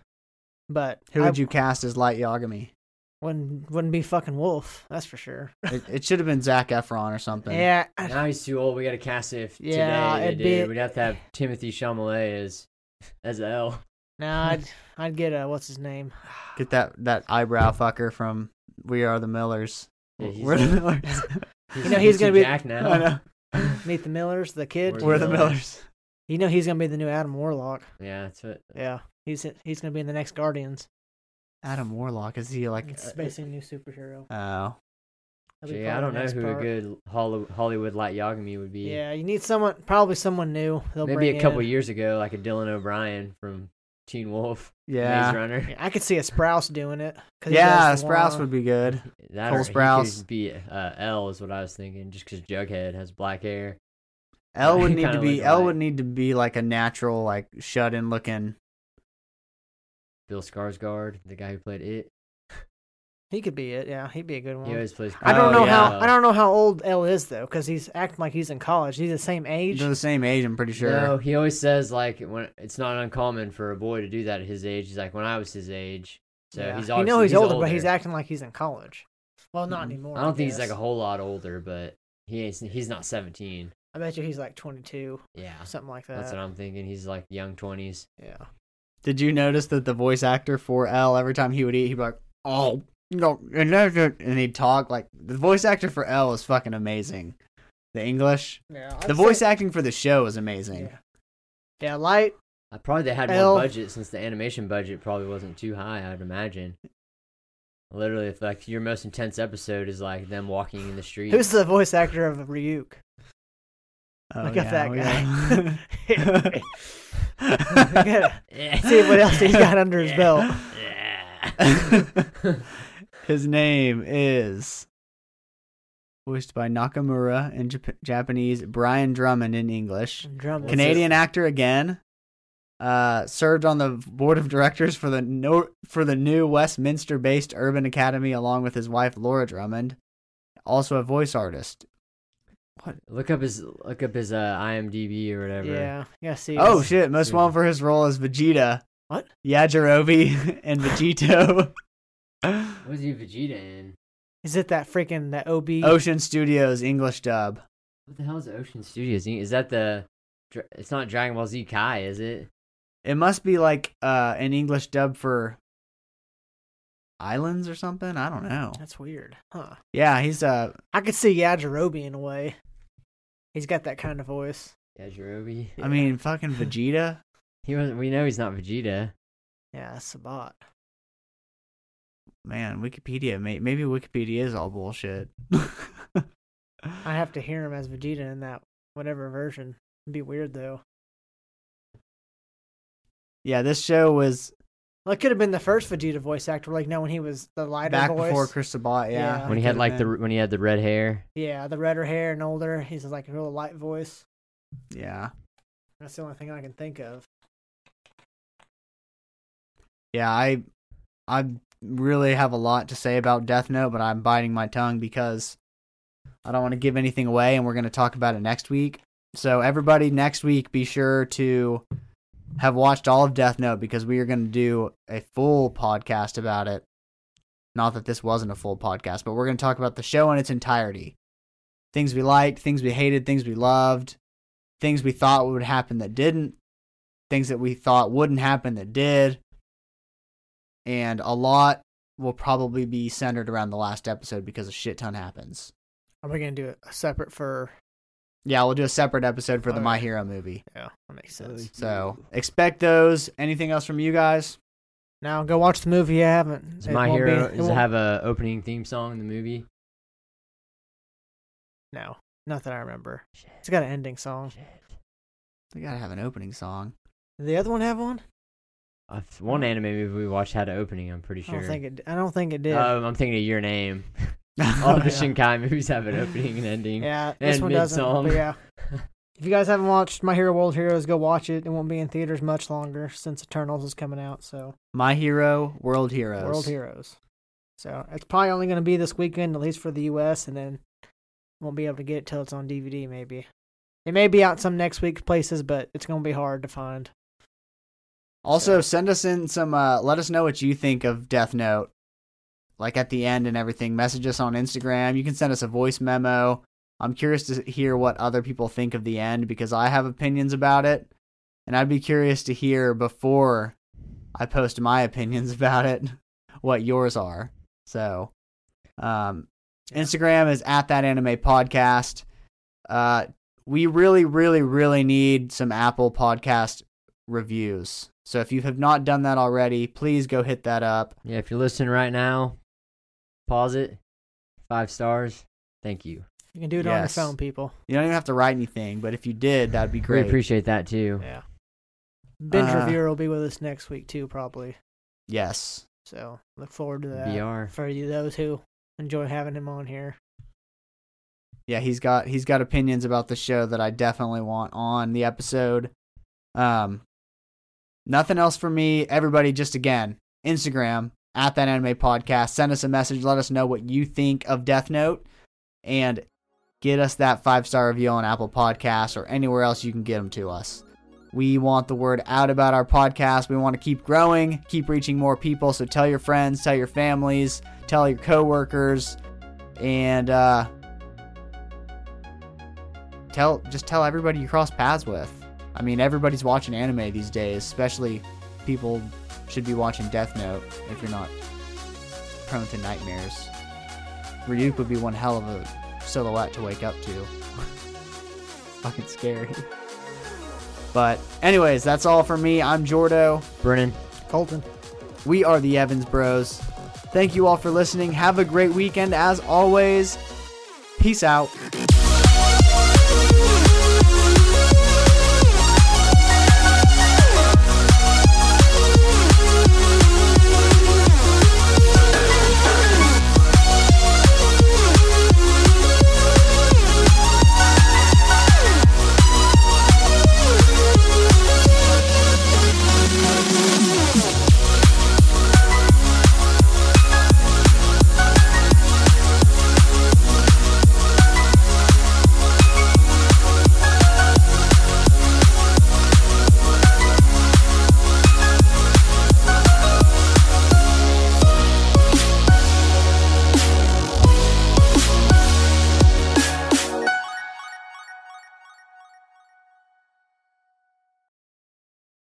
But Who I would you cast as Light Yagami? wouldn't wouldn't be fucking Wolf, that's for sure. It, it should have been Zach Efron or something. Yeah. Now he's too old. We got to cast it if Yeah, today. it'd They be- did. We'd have to have Timothy Chalamet as as L. Nah, I'd I'd get a what's his name? Get that that eyebrow fucker from We Are the Millers. Yeah, he's We're a- the Millers. You know, he's gonna be- Jack now. I know. Meet the Millers, the kid. Where's We're the Millers. Millers. You know he's gonna be the new Adam Warlock. Yeah, that's what. Yeah, he's he's gonna be in the next Guardians. Adam Warlock is he like? It's basically a new superhero. uh, oh, That'd be uh, Gee, I probably don't the know next who part. a good Holly- Hollywood Light Yagami would be. Yeah, you need someone, probably someone new. They'll Maybe bring a couple in. years ago, like a Dylan O'Brien from Teen Wolf, Maze yeah, Runner. Yeah, I could see a Sprouse doing it. 'cause he yeah. does the Sprouse Juan. would be good. That Cole or he Sprouse. could be uh, L is what I was thinking, just because Jughead has black hair. L would He need to kinda be look L alike. would need to be like a natural like shut in looking. Bill Skarsgård, the guy who played it, He could be it. Yeah, he'd be a good one. he always plays. I don't Oh, know how Carl. I don't know how old L is though, because he's acting like he's in college. He's the same age. They're the same age, I'm pretty sure. No, he always says like when it's not uncommon for a boy to do that at his age. He's like when I was his age, so Yeah. he's you obviously know he's, older, older, but he's acting like he's in college. Well, not Mhm. anymore. I don't think he's like a guess. whole lot older, but he ain't, he's not seventeen. I bet you he's like 22, Yeah, something like that. that's what I'm thinking. He's like young twenties. yeah. Did you notice that the voice actor for L every time he would eat, he'd be like, "Oh no," and no, no," and he'd talk like the voice actor for L is fucking amazing. The English, Yeah. the voice acting for the show is amazing. Yeah. Yeah, light. I probably they had Well- more budget since the animation budget probably wasn't too high. I'd imagine. Literally, if like your most intense episode is like them walking in the street. Who's the voice actor of Ryuk? Oh, Look at that yeah. We gotta see what else he's got under his belt. Yeah. His name is voiced by Nakamura in Jap- Japanese, Brian Drummond in English, Drummond. What's Canadian actor again, uh, served on the board of directors for the no- for the new Westminster-based Urban Academy, along with his wife Laura Drummond, also a voice artist. Look up his look up his uh, IMDb or whatever. Yeah, yeah. See. Oh it's- shit! Most yeah. well known for his role as Vegeta. What? Yajirobe and Vegito. What is he Vegeta in? is it that freaking that OB? Ocean Studios English dub. What the hell is Ocean Studios? Is that the? Dra- It's not Dragon Ball Z Kai, is it? It must be like uh, an English dub for islands or something. I don't know. That's weird, huh? Yeah, he's uh I could see Yajirobe in a way. He's got that kind of voice. Yeah, Jirobe. I mean, fucking Vegeta. he wasn't. We know he's not Vegeta. Yeah, that's a bot. Man, Wikipedia. May- maybe Wikipedia is all bullshit. I have to hear him as Vegeta in that whatever version. It'd be weird though. yeah, this show was Well, it could have been the first Vegeta voice actor, like now when he was the lighter back voice. before Chris Sabat. Yeah, Yeah. When he had like the when he had the red hair. yeah, the redder hair and older. He's like a real light voice. the yeah That's the only thing I can think of. yeah. I I really have a lot to say about Death Note, but I'm biting my tongue because I don't want to give anything away, and we're gonna talk about it next week. So everybody, next week, be sure to have watched all of Death Note because we are gonna do a full podcast about it. Not that this wasn't a full podcast, but we're gonna talk about the show in its entirety. Things we liked, things we hated, things we loved, things we thought would happen that didn't, things that we thought wouldn't happen that did. And a lot will probably be centered around the last episode because a shit ton happens. Are we gonna do it separate for? Yeah, we'll do a separate episode for the Okay. My Hero movie. Yeah, that makes sense. So expect those. Anything else from you guys? Now go watch the movie you haven't. Is It my won't be- hero? it Does it won't- have a opening theme song in the movie? No, not that I remember. Shit. It's got an ending song. Shit. We gotta have an opening song. Did the other one have one? Uh, One anime movie we watched had an opening. I'm pretty I sure. don't think it. I don't think it did. Oh, Um, I'm thinking of your name. All Oh, the yeah. Shinkai movies have an opening and ending. yeah, this and one mid-song. doesn't. But yeah, if you guys haven't watched My Hero World Heroes, go watch it. It won't be in theaters much longer since Eternals is coming out. So My Hero, World Heroes. World Heroes. So it's probably only going to be this weekend, at least for the U.S., and then won't be able to get it till it's on DVD. Maybe it may be out some next week places, but it's going to be hard to find. Also, So- send us in some. Uh, let us know what you think of Death Note, like at the end and everything. Message us on Instagram. You can send us a voice memo. I'm curious to hear what other people think of the end because I have opinions about it, and I'd be curious to hear before I post my opinions about it what yours are. So, um, Instagram is at that anime podcast. Uh, we really, really, really need some Apple podcast reviews. So if you have not done that already, please go hit that up. Yeah, if you're listening right now, pause it. Five stars. Thank you. You can do it on your Yes. phone, people. You don't even have to write anything, but if you did, that'd be great. We appreciate that too. Yeah. Binge Uh, reviewer will be with us next week too, probably. yes. So look forward to that. BR. For you those who enjoy having him on here. Yeah, he's got he's got opinions about the show that I definitely want on the episode. Um nothing else for me. Everybody just again, Instagram at that anime podcast. Send us a message, let us know what you think of Death Note and get us that five-star review on Apple Podcasts or anywhere else you can get them to us. We want the word out about our podcast. We want to keep growing, keep reaching more people. So tell your friends, tell your families, tell your coworkers, and uh, tell just tell everybody you cross paths with. I mean, everybody's watching anime these days, especially people should be watching Death Note if you're not prone to nightmares. Ryuk would be one hell of a silhouette to wake up to. Fucking scary. But anyways, that's all for me. I'm Jordo. Brennan. Colton. We are the Evans Bros. Thank you all for listening. Have a great weekend as always. Peace out.